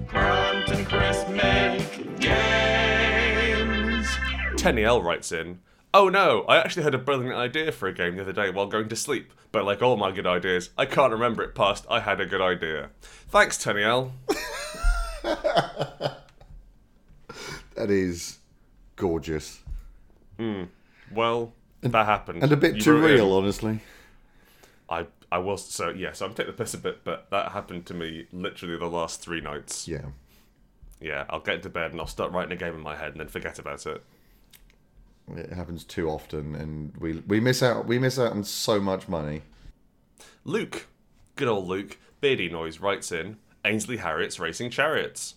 S3: Grant and Chris make games.
S1: Tenny E L writes in, Oh no, I actually had a brilliant idea for a game the other day while going to sleep, but like all my good ideas, I can't remember it past I had a good idea. Thanks, Tenny L.
S2: That is gorgeous
S1: Well, that happened.
S2: and a bit
S1: You
S2: too
S1: wrote in.
S2: real, honestly.
S1: I, I was, so yeah, so I'm taking the piss a bit, but that happened to me literally the last three nights.
S2: Yeah.
S1: Yeah, I'll get into bed and I'll start writing a game in my head and then forget about it.
S2: It happens too often, and we we miss out we miss out on so much money.
S1: Luke, good old Luke, Beardy Noise writes in Ainsley Harriott's Racing Chariots.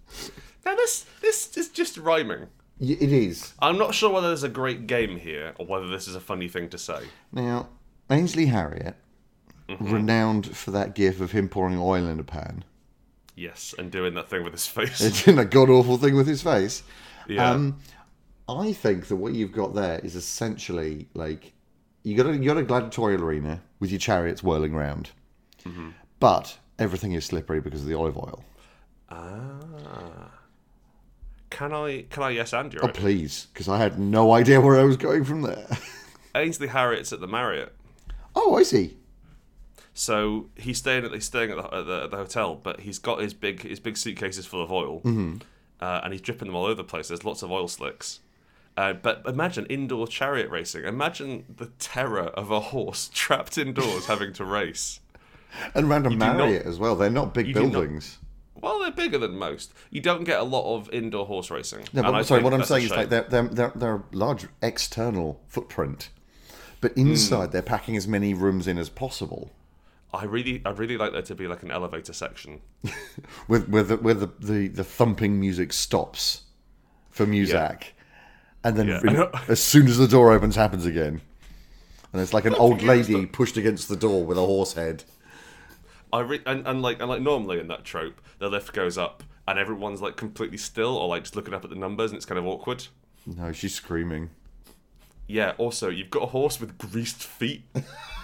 S1: now, this, this is just rhyming.
S2: Y- It is
S1: I'm not sure whether there's a great game here or whether this is a funny thing to say.
S2: now Ainsley Harriott,
S1: Mm-hmm.
S2: renowned for that gif of him pouring oil in a pan.
S1: Yes, and doing that thing with his face.
S2: It's in a god awful thing with his face.
S1: Yeah.
S2: Um, I think that what you've got there is essentially like You got a you got a gladiatorial arena with your chariots whirling round,
S1: Mm-hmm.
S2: but everything is slippery because of the olive oil.
S1: Ah. Can I? Can I? Yes, and you're
S2: Oh
S1: right.
S2: please, because I had no idea where I was going from there.
S1: Ainsley Harriott's at the Marriott,
S2: oh, I see.
S1: so he's staying at he's staying at the, at the, at the hotel, but he's got his big his big suitcases full of oil,
S2: Mm-hmm.
S1: uh, and he's dripping them all over the place. There's lots of oil slicks. Uh, but imagine indoor chariot racing. Imagine the terror of a horse trapped indoors having to race.
S2: And round a
S1: not-
S2: Marriott as well. They're not big
S1: do not-
S2: buildings.
S1: Well, they're bigger than most. You don't get a lot of indoor horse racing.
S2: No,
S1: and
S2: but,
S1: I
S2: sorry,
S1: think
S2: what I'm
S1: that's a
S2: saying is like
S1: shame.
S2: they're, they're, they're, they're a large external footprint, but
S1: Hmm.
S2: inside they're packing as many rooms in as possible
S1: I really, I really like there to be like an elevator section.
S2: with where the, where the, the, the thumping music stops for Muzak. And then
S1: Yeah.
S2: re- as soon as the door opens, happens again. And it's like an old lady pushed against the door with a horse head.
S1: I re- and, and like and like normally in that trope, the lift goes up and everyone's like completely still or like just looking up at the numbers and it's kind of awkward.
S2: No, she's screaming.
S1: Yeah. Also, you've got a horse with greased feet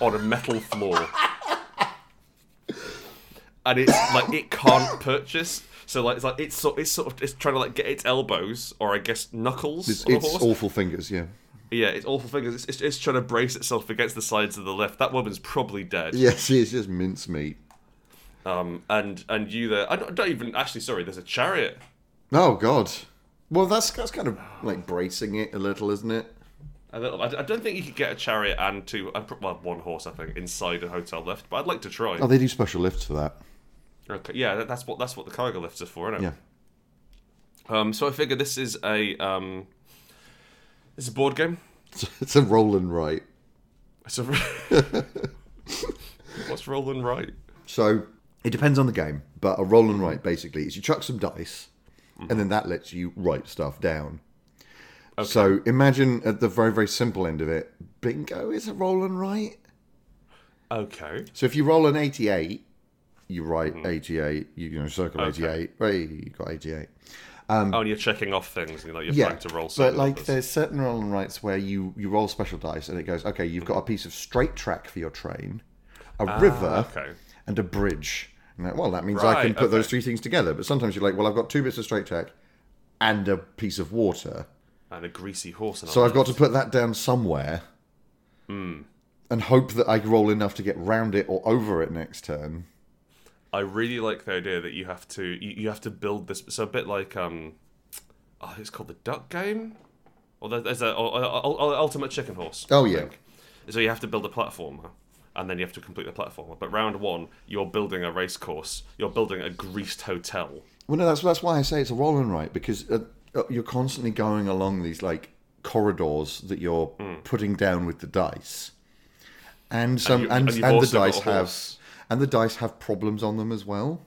S1: on a metal floor, and it's like it can't purchase. So like it's like it's sort it's sort of it's trying to like get its elbows or I guess knuckles
S2: It's,
S1: on
S2: it's
S1: the horse.
S2: awful fingers, yeah.
S1: Yeah, it's awful fingers. It's, it's, it's trying to brace itself against the sides of the lift. That woman's probably dead.
S2: Yeah, she is just mincemeat.
S1: Um, and and you there? I don't, I don't even actually. Sorry, there's a chariot.
S2: Oh, God. Well, that's, that's kind of like bracing it a little, isn't it?
S1: A little. I, I don't think you could get a chariot and two. and pro- Well, one horse, I think, inside a hotel lift. But I'd like to try.
S2: Oh, they do special lifts for that.
S1: Okay. Yeah, that- that's what that's what the cargo lifts are for, isn't
S2: Yeah.
S1: it? Um. So I figure this is a um. It's a board game.
S2: It's a roll and write.
S1: It's a. What's rolling right?
S2: So it depends on the game, but a roll and write basically is you chuck some dice, and then that lets you write stuff down. So imagine at the very, very simple end of it, bingo is a roll and write.
S1: Okay.
S2: So if you roll an 88, you write
S1: Mm-hmm.
S2: 88, you, you know, circle 88, hey, you got 88.
S1: oh, and you're checking off things. And you're like you're
S2: Um, Yeah,
S1: trying to roll.
S2: but
S1: certain
S2: like
S1: numbers.
S2: there's certain roll and writes where you, you roll special dice and it goes, okay, you've
S1: Mm-hmm.
S2: got a piece of straight track for your train, a
S1: Ah,
S2: river,
S1: okay.
S2: and a bridge. And that- well, that means I
S1: Right,
S2: can put those
S1: okay.
S2: three things together. But sometimes you're like, well, I've got two bits of straight track and a piece of water.
S1: and a greasy horse. And
S2: So I've got to put that down somewhere
S1: Hmm.
S2: and hope that I roll enough to get round it or over it next turn.
S1: I really like the idea that you have to you, you have to build this. So a bit like um, oh, it's called the Duck Game, or there- there's a or, or, or Ultimate Chicken Horse.
S2: Oh, yeah.
S1: So you have to build a platformer, and then you have to complete the platformer. But round one, you're building a race course. You're building a greased hotel.
S2: Well, no, that's, that's why I say it's a roll and write because uh, uh, you're constantly going along these like corridors that you're putting down with the dice. And some
S1: you-
S2: and,
S1: Hmm. and you've
S2: and, the
S1: also got
S2: dice
S1: a
S2: have
S1: horse.
S2: and the dice have problems on them as well.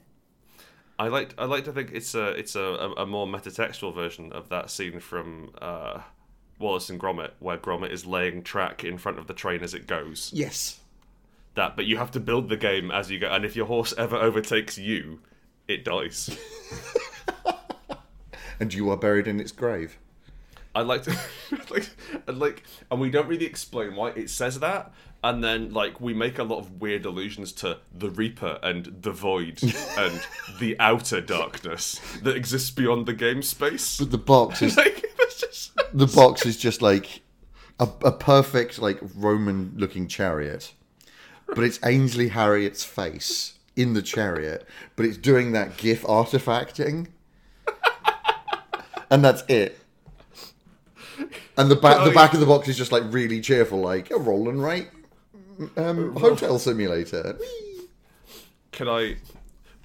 S1: I like I like to think it's a it's a, a, a more metatextual version of that scene from uh, Wallace and Gromit, where Gromit is laying track in front of the train as it goes.
S2: Yes.
S1: that, but you have to build the game as you go. And if your horse ever overtakes you, it dies.
S2: and you are buried in its grave.
S1: I like to, like, and like, and we don't really explain why it says that. And then, like, we make a lot of weird allusions to the Reaper and the Void and the outer darkness that exists beyond the game space.
S2: The box is
S1: like, that's just
S2: the box is just like a, a perfect like Roman looking chariot, but it's Ainsley Harriet's face in the chariot, but it's doing that GIF artifacting, and that's it. And the back
S1: Oh,
S2: the
S1: yeah.
S2: back of the box is just like really cheerful, like a roll and write um, hotel simulator.
S1: can I?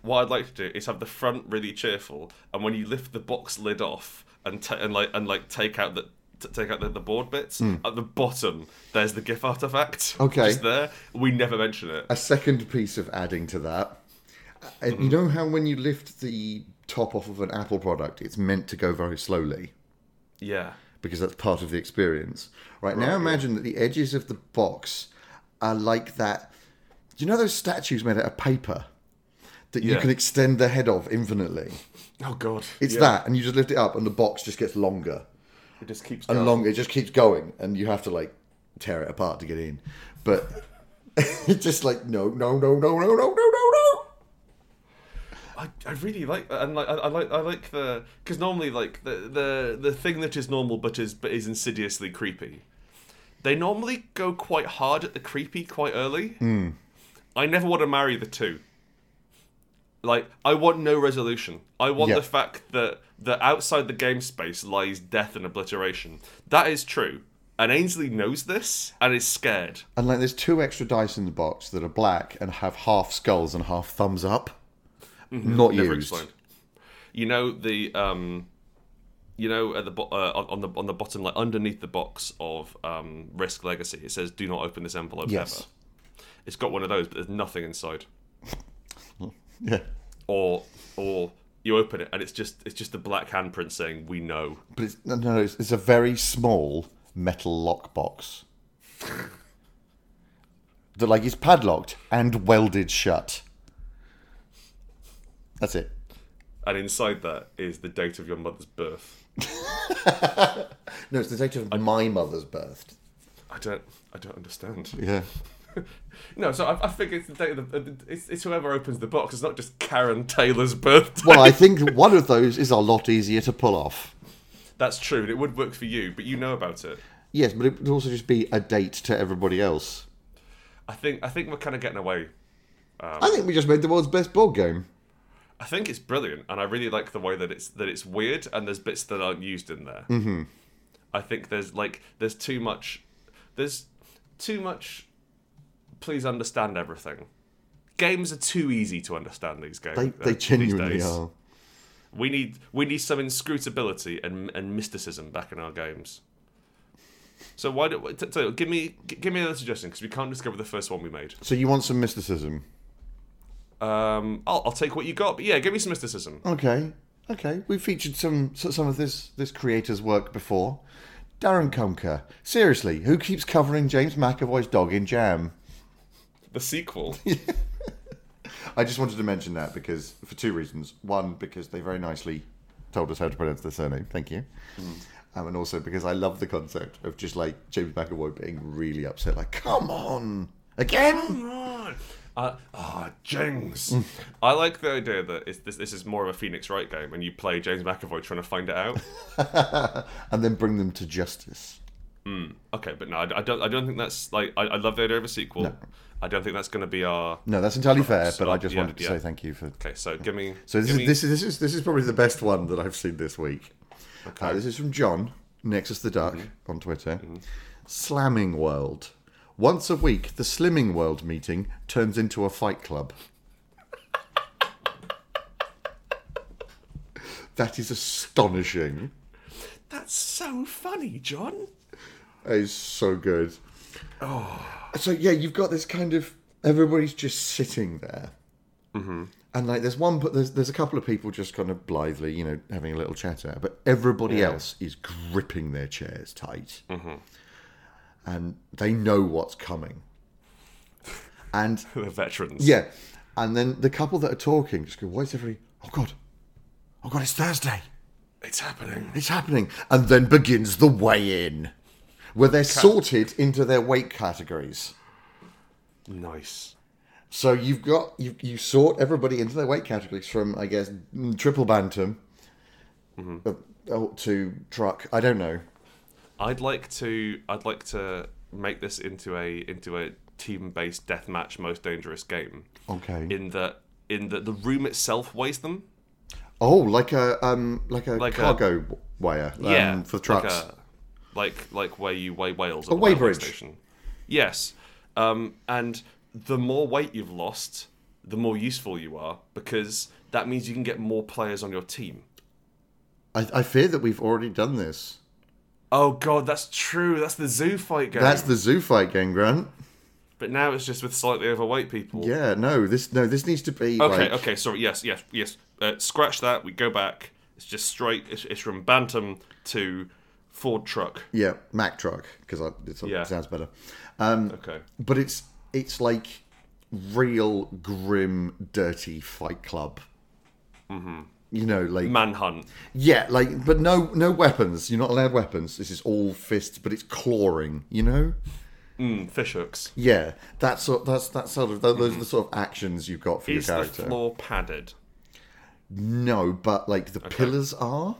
S1: What I'd like to do is have the front really cheerful, and when you lift the box lid off and ta- and like and like take out the t- take out the, the board bits at the bottom, there's the GIF artifact.
S2: Hmm. Okay.
S1: just there. We never mention it.
S2: a second piece of adding to that. And
S1: Mm-hmm.
S2: you know how when you lift the top off of an Apple product, it's meant to go very slowly
S1: Yeah,
S2: because that's part of the experience. Right, now, imagine that the edges of the box are like that. Do you know those statues made out of paper that you
S1: Yeah.
S2: can extend the head of infinitely?
S1: Oh god,
S2: It's
S1: Yeah.
S2: that, and you just lift it up, and the box just gets longer
S1: It just keeps
S2: and
S1: going.
S2: longer. It just keeps going, and you have to like tear it apart to get in. But it's just like no, no, no, no, no, no, no, no, no.
S1: I, I really like that, and like I, I like I like the because normally like the, the the thing that is normal but is but is insidiously creepy. They normally go quite hard at the creepy quite early. I never want to marry the two. Like I want no resolution. I want
S2: Yeah.
S1: the fact that that outside the game space lies death and obliteration. That is true, and Ainsley knows this and is scared.
S2: And like, there's two extra dice in the box that are black and have half skulls and half thumbs up. Not
S1: Mm-hmm. Never
S2: used.
S1: explained. You know the um, you know at the bo- uh, on on the on the bottom like underneath the box of um Risk Legacy, it says "Do not open this envelope
S2: Yes.
S1: ever." It's got one of those, but there's nothing inside.
S2: Yeah.
S1: Or or you open it and it's just it's just a black handprint saying "We know."
S2: But it's, no, no, it's, it's a very small metal lock box that, like, is padlocked and welded shut. That's it.
S1: And inside that is the date of your mother's birth.
S2: No, it's the date of my mother's birth.
S1: I don't, I don't understand.
S2: Yeah.
S1: No, so I, I think it's the date of the, it's, it's whoever opens the box. It's not just Karen Taylor's birthday.
S2: Well, I think one of those is a lot easier to pull off.
S1: That's true, and it would work for you, but you know about it.
S2: Yes, but it would also just be a date to everybody else.
S1: I think I think we're kind of getting away. Um.
S2: I think we just made the world's best board game.
S1: I think it's brilliant, and I really like the way that it's that it's weird, and there's bits that aren't used in there. Mm-hmm. I think there's like there's too much, there's too much. Please understand everything. Games are too easy to understand these games.
S2: They,
S1: uh,
S2: they
S1: these
S2: genuinely
S1: days.
S2: are.
S1: We need we need some inscrutability and and mysticism back in our games. So why do t- t- give me g- give me another suggestion because we can't discover the first one we made.
S2: So you want some mysticism?
S1: Um, I'll, I'll take what you got, but yeah, give me some mysticism.
S2: Okay, okay. We featured some so- some of this this creator's work before. Darren Comker. Seriously, who keeps covering James McAvoy's dog in jam?
S1: The sequel.
S2: I just wanted to mention that because for two reasons. One, because they very nicely told us how to pronounce their surname. Thank you. Um, and also because I love the concept of just like James McAvoy being really upset, like, come on, again?
S1: Uh, ah, Jings. I like the idea that it's, this this is more of a Phoenix Wright game, and you play James McAvoy trying to find it out.
S2: and then bring them to justice.
S1: okay, but no, I, I don't. I don't think that's like. I, I love the idea of a sequel. I don't think that's going to be our.
S2: No, that's entirely fair,
S1: Perhaps.
S2: but I
S1: Oh,
S2: just
S1: yeah,
S2: wanted to
S1: yeah.
S2: say thank you for
S1: Okay, so give me.
S2: So this
S1: give
S2: is,
S1: me-
S2: this is this is this is probably the best one that I've seen this week. Uh, this is from John Nexus the Duck
S1: Mm-hmm.
S2: on Twitter. Slamming World. Once a week, the Slimming World meeting turns into a fight club. that is astonishing.
S1: That's so funny, John.
S2: That is so good. Oh. So yeah, you've got this kind of everybody's just sitting there, mm-hmm. and like there's one, but there's there's a couple of people just kind of blithely, you know, having a little chatter, but everybody else is gripping their chairs tight, and they know what's coming, and
S1: The veterans.
S2: yeah, and then the couple that are talking just go, "Why is everybody? Oh god, oh god, it's Thursday."
S1: it's happening.
S2: It's happening. And then begins the weigh in, where they're sorted into their weight categories.
S1: Nice.
S2: So you've got, you, you sort everybody into their weight categories from, I guess, mm, triple bantam
S1: Mm-hmm.
S2: uh, oh, to truck. I don't know.
S1: I'd like to. I'd like to make this into a into a team-based deathmatch most dangerous game.
S2: Okay.
S1: In that in that the room itself weighs them.
S2: oh, like a um, like a
S1: Like a-
S2: cargo w- wire um, for trucks.
S1: Like, a- like like where you weigh whales. At
S2: A
S1: the
S2: weigh
S1: railway
S2: bridge.
S1: Station. Yes, um, and the more weight you've lost, the more useful you are because that means you can get more players on your team.
S2: I, I fear that we've already done this.
S1: Oh god, that's true. That's the zoo fight game.
S2: That's the zoo fight game, Grant.
S1: But now it's just with slightly overweight people.
S2: Yeah, no, this no, this needs to be
S1: Okay.
S2: like
S1: Okay. Sorry. Yes. Yes. Yes. Uh, scratch that. We go back. It's just straight. It's, it's from bantam to Ford truck.
S2: yeah, Mack truck because it
S1: Yeah.
S2: sounds better. Um,
S1: Okay.
S2: but it's it's like real grim, dirty Fight Club. Mm-hmm. You know, like
S1: Manhunt.
S2: yeah, like but no no weapons. You're not allowed weapons. This is all fists, but it's clawing. You know,
S1: Mm, fish hooks.
S2: Yeah, that's sort. That's that sort of. Those are the sort of actions you've got for
S1: Is
S2: your
S1: Mm-hmm. the
S2: character.
S1: floor padded?
S2: No, but like the pillars are,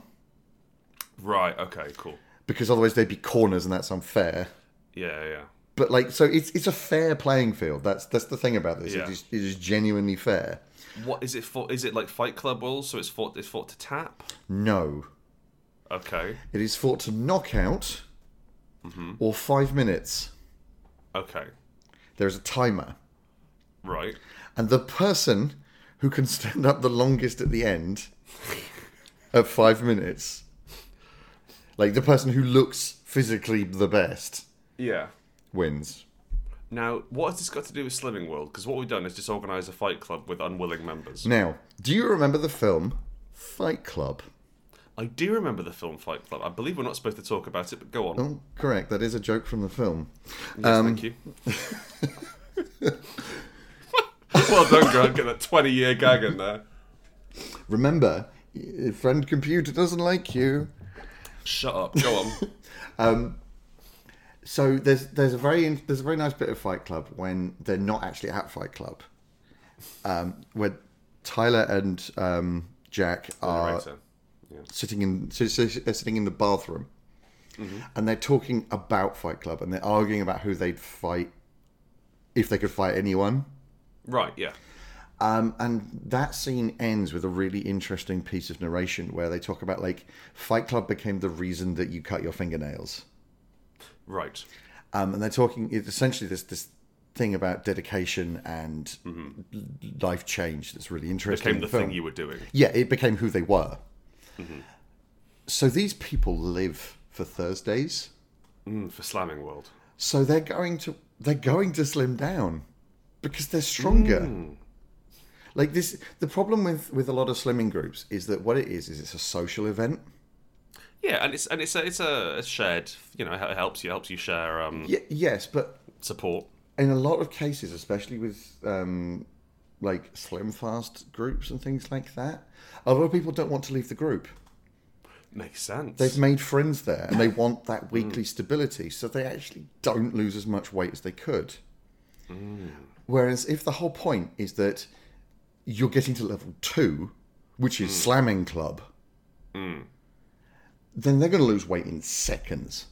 S1: Right. Okay. Cool.
S2: because otherwise they'd be corners, and that's unfair.
S1: Yeah. Yeah.
S2: But like, so it's it's a fair playing field. That's that's the thing about this.
S1: Yeah.
S2: It, is, it is genuinely fair.
S1: What is it for? Is it like Fight Club rules? So it's fought. It's fought to tap.
S2: No,
S1: Okay.
S2: it is fought to knock out, or five minutes.
S1: Okay.
S2: There is a timer,
S1: Right.
S2: and the person who can stand up the longest at the end of five minutes, like the person who looks physically the best,
S1: Yeah.
S2: wins.
S1: Now, what has this got to do with Slimming World? Because what we've done is just organise a fight club with unwilling members.
S2: Now, do you remember the film Fight Club?
S1: I do remember the film Fight Club. I believe we're not supposed to talk about it, but go on.
S2: Oh, correct. That is a joke from the film.
S1: Yes, thank you.
S2: um,
S1: well done, Grant. Get that 20 year gag in there.
S2: Remember, your friend computer doesn't like you.
S1: Shut up. Go on.
S2: So there's there's a very in- there's a very nice bit of Fight Club when they're not actually at Fight Club, um, where Tyler and um, Jack are
S1: Narrator.
S2: sitting in si- si- they're sitting in the bathroom, and they're talking about Fight Club and they're arguing about who they'd fight if they could fight anyone.
S1: Right, yeah.
S2: Um, and that scene ends with a really interesting piece of narration where they talk about like Fight Club became the reason that you cut your fingernails.
S1: Right.
S2: Um, and they're talking it's essentially this this thing about dedication and l- life change that's really interesting.
S1: Mm-hmm. Became the
S2: in film.
S1: thing you Mm-hmm. were doing.
S2: Yeah, it became who they were. So these people live for Thursdays.
S1: Mm, for Slamming World.
S2: So they're going to they're going to slim down because they're stronger.
S1: Mm.
S2: Like this the problem with with a lot of slimming groups is that what it is is it's a social event.
S1: Yeah, and it's and it's a, it's a a shared, you know, it helps you helps you share um,
S2: Y- yes, but
S1: support.
S2: in a lot of cases, especially with um like slim fast groups and things like that, a lot of people don't want to leave the group.
S1: Makes sense.
S2: They've made friends there and they want that weekly stability, so they actually don't lose as much weight as they could. Whereas if the whole point is that you're getting to level two, which is slamming club, then they're going to lose weight in seconds.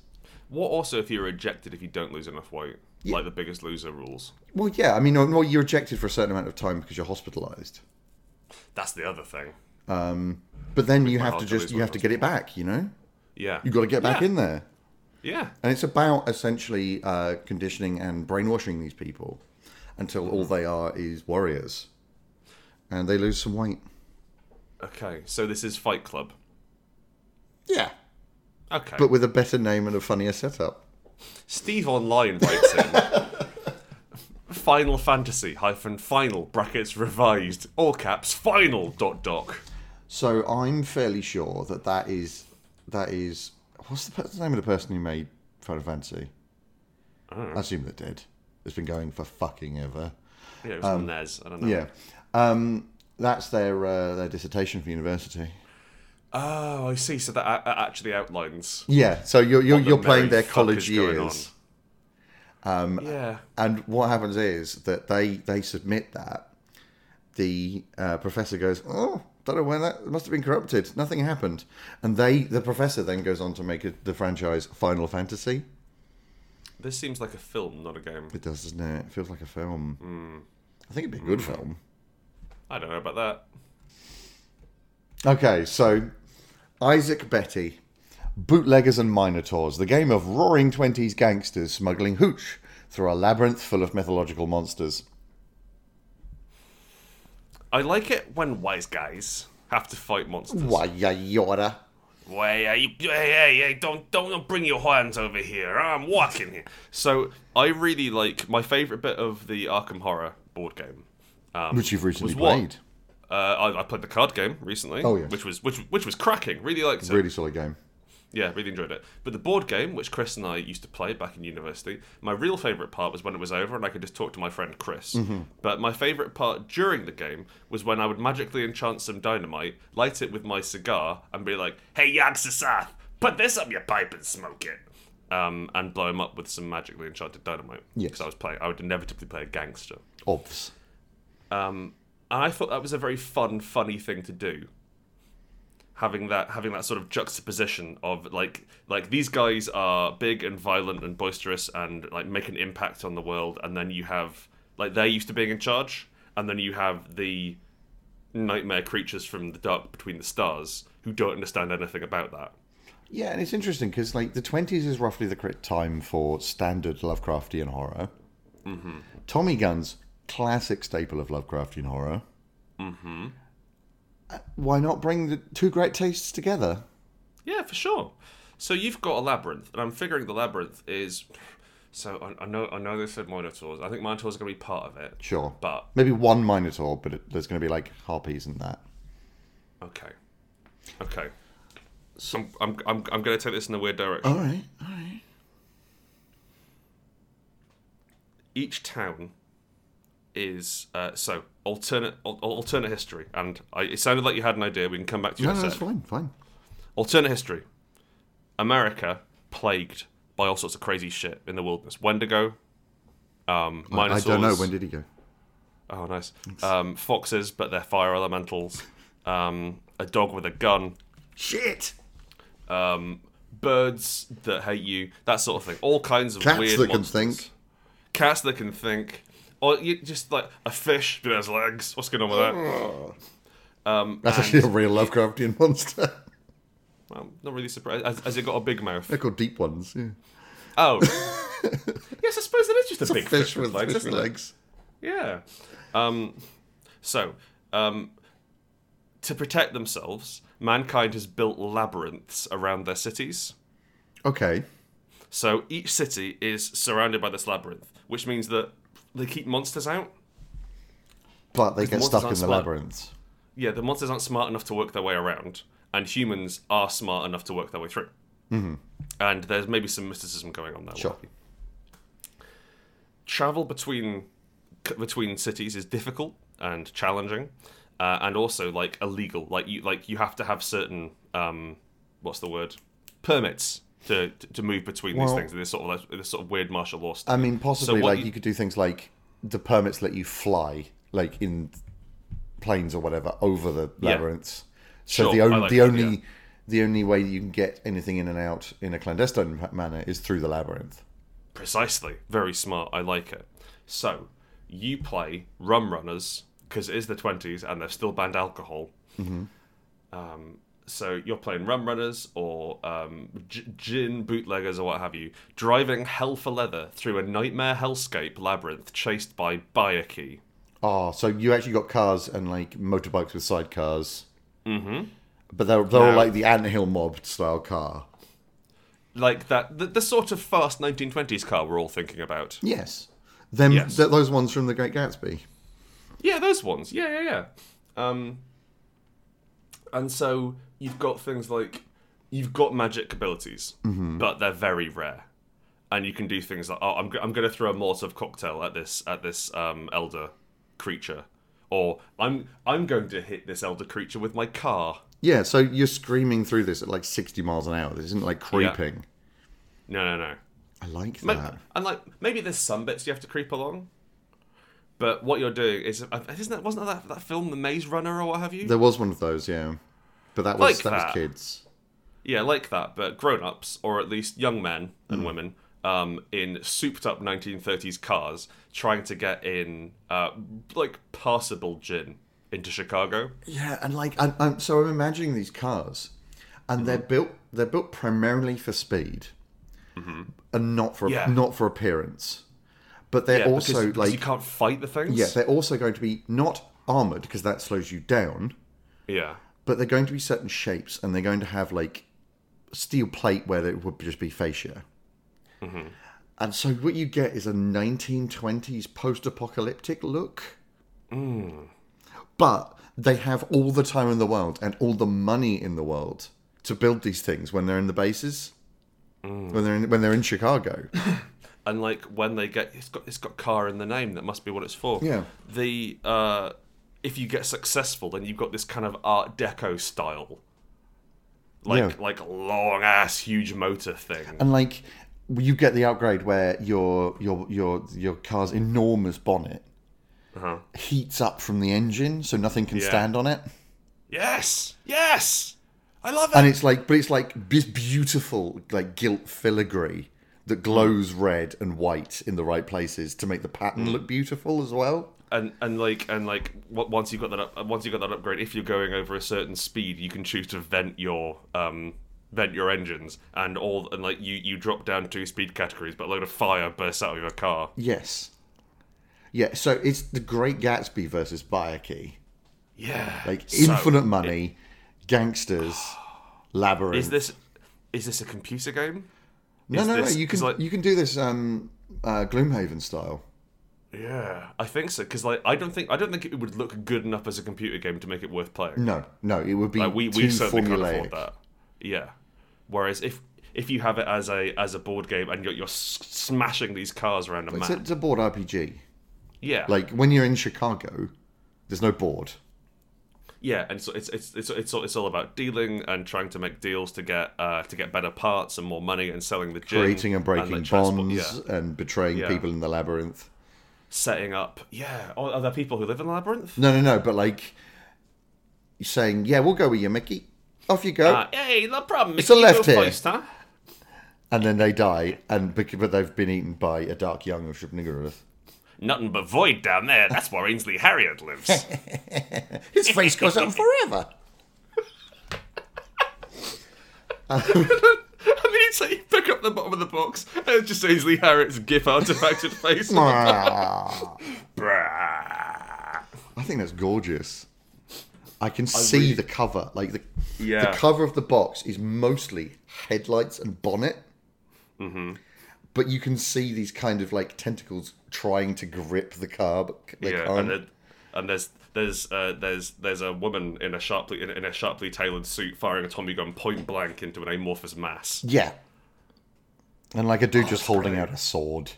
S1: What also if you're ejected if you don't lose enough weight? Like the biggest loser rules.
S2: Well, yeah, I mean, no, no, you're ejected for a certain amount of time because you're hospitalized,
S1: That's the other thing.
S2: but then you
S1: hard
S2: have to
S1: to
S2: just
S1: lose
S2: you have
S1: weight
S2: to get it back. You know,
S1: Yeah.
S2: you've got to get back
S1: Yeah.
S2: in there.
S1: Yeah.
S2: And it's about essentially uh, conditioning and brainwashing these people until all they are is warriors. And they lose some weight.
S1: Okay. So this is Fight Club.
S2: Yeah.
S1: Okay.
S2: But with a better name and a funnier setup.
S1: Steve Online writes in. Final Fantasy hyphen final brackets revised all caps final dot doc.
S2: So I'm fairly sure that that is. That is. What's the, per- the name of the person who made Final Fantasy? I, assume they're dead. It's been going for fucking ever.
S1: Yeah, it was Nez. I don't know.
S2: Yeah. Um, that's their uh, their dissertation for university.
S1: Oh, I see. So that a- a- actually outlines.
S2: Yeah. So you're you're,
S1: what the
S2: you're playing
S1: merry
S2: their
S1: fuck
S2: college
S1: is going
S2: years.
S1: on.
S2: Um,
S1: yeah.
S2: And what happens is that they they submit that. The uh, professor goes, "Oh, don't know where that it must have been corrupted. Nothing happened." And they the professor then goes on to make it the franchise Final Fantasy.
S1: This seems like a film, not a game.
S2: It does, doesn't it? It feels like a film.
S1: Hmm.
S2: I think it'd be a good film.
S1: I don't know about that.
S2: Okay, so Isaac Betty, bootleggers and minotaurs, the game of roaring twenties gangsters smuggling hooch through a labyrinth full of mythological monsters.
S1: I like it when wise guys have to fight monsters.
S2: Why, ya yada.
S1: Wait, uh, you, hey, hey, hey, don't, don't, don't bring your hands over here. I'm walking here. So, I really like my favourite bit of the Arkham Horror board game. Um,
S2: Which you've recently
S1: was what?
S2: played.
S1: Uh, I, I played the card game recently.
S2: Oh, yes.
S1: Which was which which was cracking. Really liked it.
S2: Really solid game.
S1: Yeah, really enjoyed it. But the board game, which Chris and I used to play back in university, my real favourite part was when it was over and I could just talk to my friend Chris. But my favourite part during the game was when I would magically enchant some dynamite, light it with my cigar, and be like, "Hey, Yagsasath, put this up your pipe and smoke it." um, and blow him up with some magically enchanted dynamite.
S2: Yes.
S1: Because I was playing, I would inevitably play a gangster.
S2: Obvs.
S1: Um, and I thought that was a very fun, funny thing to do. Having that, having that sort of juxtaposition of like, like these guys are big and violent and boisterous and like make an impact on the world, and then you have like they're used to being in charge, and then you have the nightmare creatures from the dark between the stars who don't understand anything about that.
S2: Yeah, and it's interesting because like the twenties is roughly the correct time for standard Lovecraftian horror. Mm-hmm. Tommy guns, classic staple of Lovecraftian horror. Mm-hmm. Why not bring the two great tastes together?
S1: Yeah, for sure. So you've got a labyrinth, and I'm figuring the labyrinth is. So I, I know I know they said minotaurs. I think minotaurs are going to be part of it.
S2: Sure,
S1: But
S2: maybe one Minotaur, but it, there's going to be like harpies and that.
S1: okay, okay. So I'm I'm I'm, I'm going to take this in a weird direction.
S2: All right, all right.
S1: Each town is uh, so alternate al- alternate history, and I, it sounded like you had an idea. We can come back to
S2: No,
S1: your
S2: no, that's
S1: set.
S2: fine, fine.
S1: Alternate history. America plagued by all sorts of crazy shit in the wilderness. Wendigo, um,
S2: I- I don't know
S1: minosaurs.
S2: when did he go.
S1: Oh, nice. Um, foxes, but they're fire elementals. Um, a dog with a gun.
S2: Shit.
S1: Um, birds that hate you. That sort of thing. All kinds of
S2: Cats
S1: weird
S2: that can
S1: monsters.
S2: think.
S1: Cats that can think. Or you, just like a fish that has legs. What's going on with that?
S2: That's actually a real Lovecraftian monster.
S1: Well, not really surprised. Has, has it got a big mouth?
S2: They're called deep ones. Yeah.
S1: Oh. yes, I suppose it is just a big
S2: Fish with,
S1: legs,
S2: fish
S1: isn't
S2: with
S1: it?
S2: legs.
S1: Yeah. Um, so, um, to protect themselves, mankind has built labyrinths around their cities.
S2: Okay.
S1: So each city is surrounded by this labyrinth, which means that they keep monsters out.
S2: But they get
S1: monsters
S2: stuck in
S1: aren't
S2: the
S1: smart.
S2: labyrinths.
S1: Yeah, the monsters aren't smart enough to work their way around, and humans are smart enough to work their way through. Mm-hmm. And there's maybe some mysticism going on there.
S2: Sure.
S1: travel between c- between cities is difficult and challenging, uh, and also like illegal. Like you like you have to have certain um, what's the word permits to to, to move between
S2: Well-
S1: these things. This sort of this sort of weird martial law stuff.
S2: I mean, possibly
S1: what
S2: like
S1: you-
S2: you... could do things like the permits let you fly, like in planes or whatever, over the
S1: Yeah.
S2: labyrinths. So
S1: Sure,
S2: the
S1: I
S2: only
S1: like
S2: the
S1: that,
S2: only the only way you can get anything in and out in a clandestine ma- manner is through the labyrinth.
S1: Precisely. Very smart. I like it. So, you play Rum Runners because it is the 20s and they've still banned alcohol. Um, so, you're playing Rum Runners or um, g- gin bootleggers or what have you, driving hell for leather through a nightmare hellscape labyrinth chased by Bayaki.
S2: Ah, so you actually got cars and like motorbikes with sidecars. Mm-hmm. But they're they're all like the anthill mob style car.
S1: Like that, the, the sort of fast 1920s car we're all thinking about.
S2: Yes. Them
S1: Yes.
S2: th- those ones from the Great Gatsby.
S1: Yeah, those ones. Yeah, yeah, yeah. Um, and so you've got things like you've got magic abilities, but they're very rare, and you can do things like oh, I'm go- I'm going to throw a Molotov cocktail at this at this um, elder creature, or I'm I'm going to hit this elder creature with my car.
S2: Yeah, so you're screaming through this at like 60 miles an hour. This isn't like creeping.
S1: No, no, no.
S2: I like
S1: Ma-
S2: that.
S1: And like maybe there's some bits you have to creep along. But what you're doing is, uh, isn't that wasn't that that film, The Maze Runner, or what have you?
S2: There was one of those, yeah. But that was
S1: Like
S2: that,
S1: that.
S2: was kids.
S1: Yeah, Hmm. like that, but grown ups, or at least young men and women, um, in souped up 1930s cars trying to get in, uh, like, passable gin into Chicago.
S2: Yeah, and like I'm, I'm so I'm imagining these cars
S1: Mm-hmm.
S2: and they're built they're built primarily for speed and not for
S1: Mm-hmm. Yeah.
S2: not for appearance. But they're
S1: Yeah,
S2: also
S1: because, because
S2: like
S1: you can't fight the things.
S2: yeah, they're also going to be not armored because that slows you down,
S1: yeah.
S2: but they're going to be certain shapes and they're going to have like steel plate where it would just be fascia. And so what you get is a 1920s post-apocalyptic look. But they have all the time in the world and all the money in the world to build these things when they're in the bases. When they're in, when they're in Chicago.
S1: And like when they get, it's got it's got car in the name. That must be what it's for.
S2: Yeah.
S1: The uh, if you get successful, then you've got this kind of Art Deco style, like
S2: Yeah.
S1: like long ass huge motor thing.
S2: and like you get the upgrade where your your your your car's enormous bonnet
S1: Uh-huh.
S2: heats up from the engine, so nothing can
S1: Yeah.
S2: stand on it.
S1: Yes, yes, I love it.
S2: And it's like, but it's like this beautiful like gilt filigree that glows red and white in the right places to make the pattern
S1: Hmm.
S2: look beautiful as well.
S1: and and like and like w- once you got that up, uh, once you got that upgrade, if you're going over a certain speed, you can choose to vent your um vent your engines and all and like you you drop down two speed categories, but a load of fire bursts out of your car.
S2: Yes. Yeah, so it's the Great Gatsby versus Bayaki.
S1: Yeah,
S2: Like
S1: So,
S2: infinite money, gangsters, labyrinth.
S1: Is this is this a computer game?
S2: no,
S1: is
S2: no,
S1: this-
S2: no. You can
S1: is like-
S2: you can do this um, uh, Gloomhaven style.
S1: Yeah, I think so. Because like I don't think I don't think it would look good enough as a computer game to make it worth playing.
S2: No, no, it would be
S1: Like, we
S2: too
S1: we certainly can't
S2: formulaic.
S1: afford that. Yeah. Whereas if if you have it as a as a board game and you're you're s- smashing these cars around a
S2: It's
S1: map,
S2: a, it's a board RPG.
S1: yeah,
S2: Like when you're in Chicago, there's no board.
S1: yeah, and so it's it's it's it's all, it's all about dealing and trying to make deals to get uh to get better parts and more money and selling the gin,
S2: Creating and breaking
S1: like, transport-
S2: bonds
S1: yeah,
S2: and betraying
S1: Yeah.
S2: people in the labyrinth.
S1: setting up. Yeah, are are there people who live in labyrinth?
S2: No, no, no. But like saying, yeah, we'll go with you, Mickey. Off you go.
S1: Uh, hey, no problem.
S2: It's a
S1: You go
S2: left here.
S1: first, huh?
S2: and then they die, and bec- but they've been eaten by a dark young of Shubnigarath.
S1: Nothing but void down there. That's where Ainsley Harriet lives.
S2: His face goes on forever.
S1: I mean, it's like you pick up the bottom of the box and it's just Ainsley Harriet's GIF artifacted face.
S2: I
S1: Brah.
S2: think that's gorgeous. I can see
S1: really-
S2: the cover, like the
S1: Yeah.
S2: the cover of the box is mostly headlights and bonnet. Mm-hmm. But you can see these kind of like tentacles trying to grip the car, but c- they
S1: yeah,
S2: can't.
S1: and, it, and there's there's uh, there's there's a woman in a sharply in, in a sharply tailored suit firing a Tommy gun point blank into an amorphous mass.
S2: Yeah. And like a dude
S1: Oh,
S2: just holding out a sword.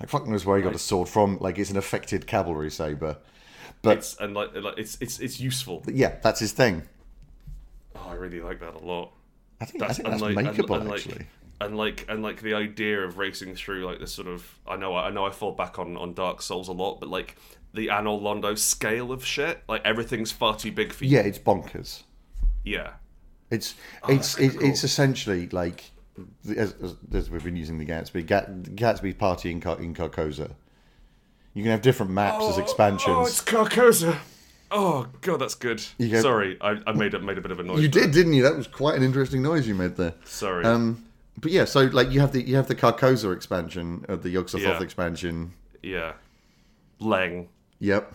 S2: Like fuck knows where he got a sword from. Like it's an affected cavalry saber. But
S1: It's and like, like it's it's it's useful.
S2: yeah, that's his thing.
S1: Oh, I really like that a lot.
S2: I think
S1: That's
S2: I think that's
S1: unlike, un-
S2: makeable
S1: unlike-
S2: actually.
S1: And like and like the idea of racing through like this sort of I know I know I fall back on on Dark Souls a lot, but like the Anol Londo scale of shit, like everything's far too big for you.
S2: Yeah, it's bonkers.
S1: Yeah.
S2: It's it's
S1: Oh, that's
S2: it,
S1: cool.
S2: it's essentially like the- as, as, as we've been using the Gatsby Gat, Gatsby party in Car- in Carcosa. You can have different maps as expansions.
S1: Oh, it's Carcosa. Oh god, that's good.
S2: You go-
S1: Sorry, I, I made a, made a bit of a noise.
S2: You
S1: there.
S2: did, didn't you? That was quite an interesting noise you made there.
S1: Sorry.
S2: Um, but yeah, so like you have the you have the Carcosa expansion, uh, the Yogg-Sothoth
S1: Yeah.
S2: expansion.
S1: yeah. Lang,
S2: Yep,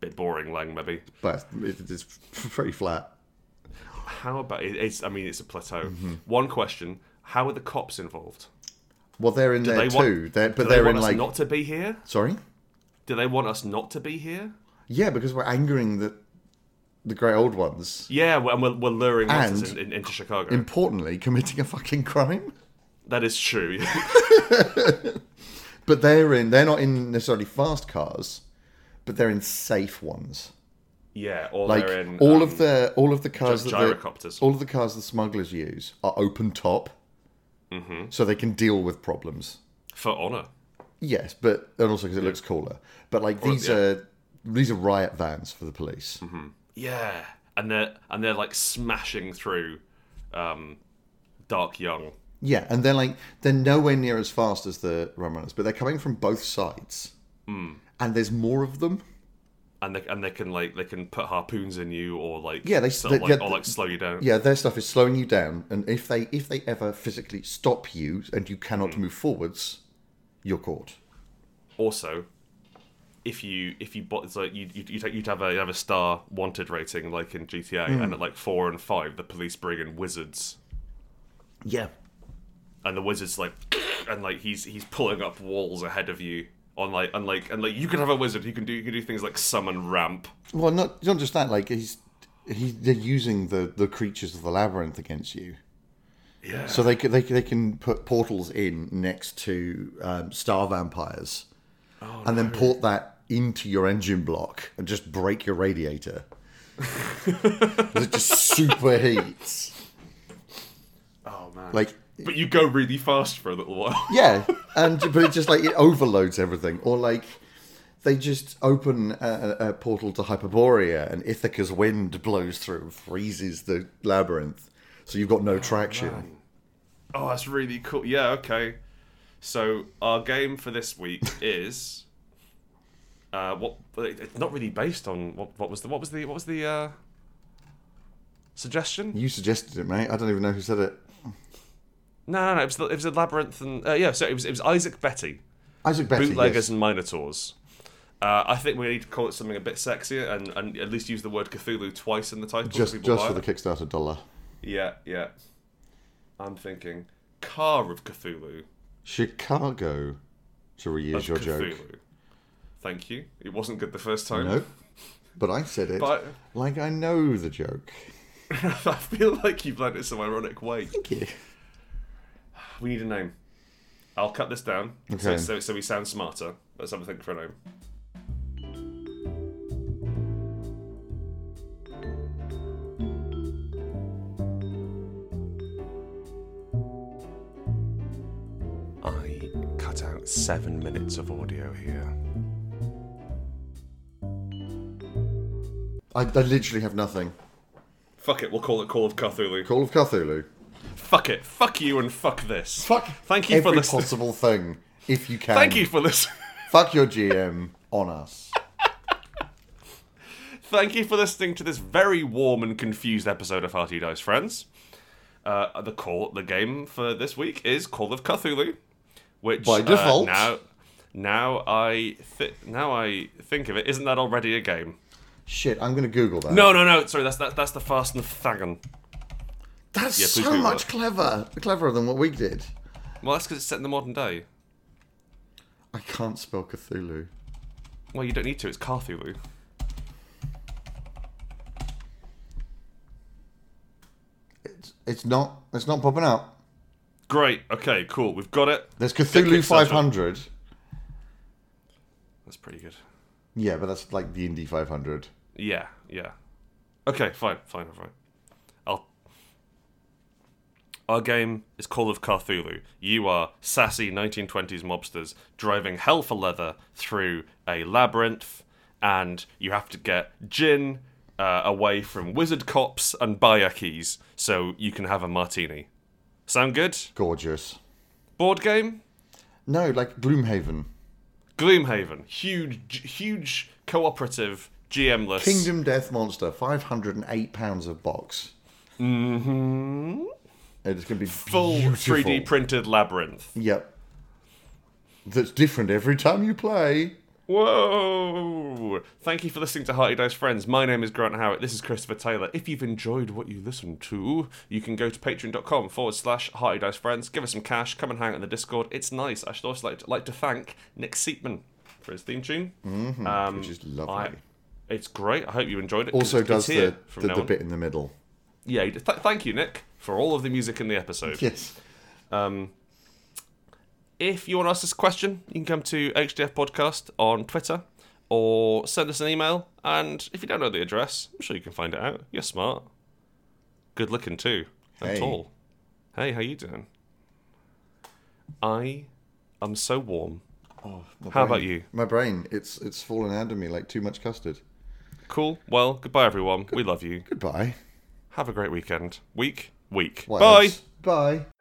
S1: bit boring. Lang, maybe.
S2: but it, it's pretty flat.
S1: How about it, it's? I mean, it's a plateau.
S2: Mm-hmm.
S1: One question: How are the cops involved?
S2: Well, they're in there
S1: they want-
S2: too, they're,
S1: Do
S2: but
S1: they
S2: they're
S1: want
S2: in
S1: us
S2: like
S1: not to be here?
S2: sorry,
S1: Do they want us not to be here?
S2: yeah, because we're angering the the great old ones.
S1: Yeah, we- and we're, we're luring monsters
S2: And-
S1: in, in, into Chicago.
S2: Importantly, committing a fucking crime.
S1: that is true.
S2: But they're in they're not in necessarily fast cars, but they're in safe ones.
S1: yeah, or
S2: Like
S1: they're in
S2: all
S1: um,
S2: of the all of the cars
S1: gy-
S2: that the-
S1: gyrocopters.
S2: all of the cars the smugglers use are open top, mm-hmm. so they can deal with problems.
S1: for honor.
S2: Yes, but and also because it looks cooler. But like these
S1: yeah. Mm-hmm.
S2: are these are riot vans for the police.
S1: Yeah, and they're and they're like smashing through, um, Dark Young.
S2: Yeah, and they're like they're nowhere near as fast as the rum runners, but they're coming from both sides,
S1: Hmm.
S2: and there's more of them.
S1: and they and they can like they can put harpoons in you or like
S2: Yeah, they-
S1: sort
S2: they-
S1: of, like,
S2: yeah,
S1: or like slow you down.
S2: Yeah, their stuff is slowing you down, and if they if they ever physically stop you and you cannot move forwards, you're caught.
S1: Also, if you if you bought it's like you you you'd, you'd have a you'd have a star wanted rating like in GTA, and at like four and five, the police bring in wizards,
S2: Yeah,
S1: and the wizards like and like he's he's pulling up walls ahead of you on like and like and like you can have a wizard who can do you can do things like summon ramp.
S2: well, not not just that. Like he's he, they're using the the creatures of the labyrinth against you.
S1: Yeah,
S2: So they can, they, can- they can put portals in next to um, star vampires, and then port that into your engine block and just break your radiator. 'Cause it just superheats.
S1: oh man,
S2: Like
S1: but you go really fast for a little while.
S2: Yeah, and but it just like it overloads everything, or like they just open a, a, a portal to Hyperborea, and Ithaca's wind blows through, and freezes the labyrinth, so you've got no traction.
S1: Oh, that's really cool. Yeah, okay. So our game for this week is uh, what? It's not really based on what, what was the what was the what was the uh, suggestion?
S2: You suggested it, mate. I don't even know who said it.
S1: No, no, no. It was the, it was the labyrinth and uh, yeah. So it was it was Isaac Betty,
S2: Isaac Betty.
S1: bootleggers
S2: yes.
S1: and minotaurs. Uh, I think we need to call it something a bit sexier and, and at least use the word Cthulhu twice in the title. so
S2: just
S1: people
S2: just
S1: buy
S2: for the
S1: it.
S2: Kickstarter dollar.
S1: yeah yeah. I'm thinking car of Cthulhu.
S2: Chicago. To reuse your joke.
S1: Thank you. It wasn't good the first time.
S2: No, but I said it
S1: But-
S2: like I know the joke.
S1: I feel like you've learned it some ironic way.
S2: Thank you.
S1: We need a name. I'll cut this down so,
S2: Okay.
S1: so, so we sound smarter. Let's have a think for a name. I cut out seven minutes of audio here.
S2: I, I literally have nothing.
S1: Fuck it, we'll call it Call of Cthulhu.
S2: Call of Cthulhu.
S1: Fuck it, fuck you and fuck this.
S2: Fuck.
S1: Thank you for
S2: every
S1: listening.
S2: possible thing, if you can.
S1: Thank you for listening.
S2: Fuck your GM on us.
S1: Thank you for listening to this very warm and confused episode of Hearty Dice Friends. Uh, the call, the game for this week is Call of Cthulhu, which
S2: By
S1: uh,
S2: default.
S1: now, now I th- now I think of it. Isn't that already a game?
S2: Shit, I'm gonna Google that.
S1: No, no, no. Sorry, that's that, that's the Fast and the Faggon.
S2: that's
S1: Yeah, please
S2: so
S1: Google
S2: much
S1: it.
S2: clever, cleverer than what we did.
S1: Well, that's because it's set in the modern day.
S2: I can't spell Cthulhu.
S1: Well, you don't need to. It's Cthulhu.
S2: It's, it's not. It's not popping up.
S1: Great. Okay. Cool. We've got it.
S2: There's
S1: Get
S2: Cthulhu
S1: Kickstarter.
S2: 500.
S1: That's pretty good.
S2: Yeah, but that's like the Indie 500.
S1: Yeah. Yeah. Okay. Fine. Fine. Fine. I'll. Our game is Call of Cthulhu. You are sassy 1920s mobsters driving hell for leather through a labyrinth, and you have to get gin uh, away from wizard cops and bayakis so you can have a martini. Sound good?
S2: Gorgeous.
S1: Board game?
S2: No, like Gloomhaven,
S1: Gloomhaven. Huge, huge cooperative, GMless.
S2: Kingdom Death Monster, 508 pounds a box. Mm-hmm. It's gonna be
S1: full
S2: beautiful.
S1: 3D printed labyrinth.
S2: Yep. That's different every time you play.
S1: Whoa! Thank you for listening to Hearty Dice Friends. My name is Grant Howard. This is Christopher Taylor. If you've enjoyed what you listened to, you can go to patreon.com forward slash Hearty Dice Friends. Give us some cash. Come and hang out in the Discord. It's nice. I should also like to, like to thank Nick Seatman for his theme tune. Mm-hmm, um,
S2: which is Mm, lovely.
S1: I- it's great. I hope you enjoyed it. 'cause
S2: Also
S1: it's
S2: does
S1: here
S2: the,
S1: from
S2: the,
S1: now
S2: the
S1: on.
S2: bit in the middle.
S1: Yeah, th- thank you, Nick, for all of the music in the episode.
S2: Yes.
S1: If you want to ask us a question, you can come to HDF Podcast on Twitter or send us an email. And if you don't know the address, I'm sure you can find it out. You're smart. Good looking too. And
S2: Hey.
S1: tall. Hey, how you doing? I am so warm. How about you?
S2: Oh, My brain, it's it's fallen out of me like too much custard.
S1: Cool. Well, goodbye everyone. We love you.
S2: Goodbye.
S1: Have a great weekend. Week. Week.
S2: What
S1: Bye.
S2: else? Bye.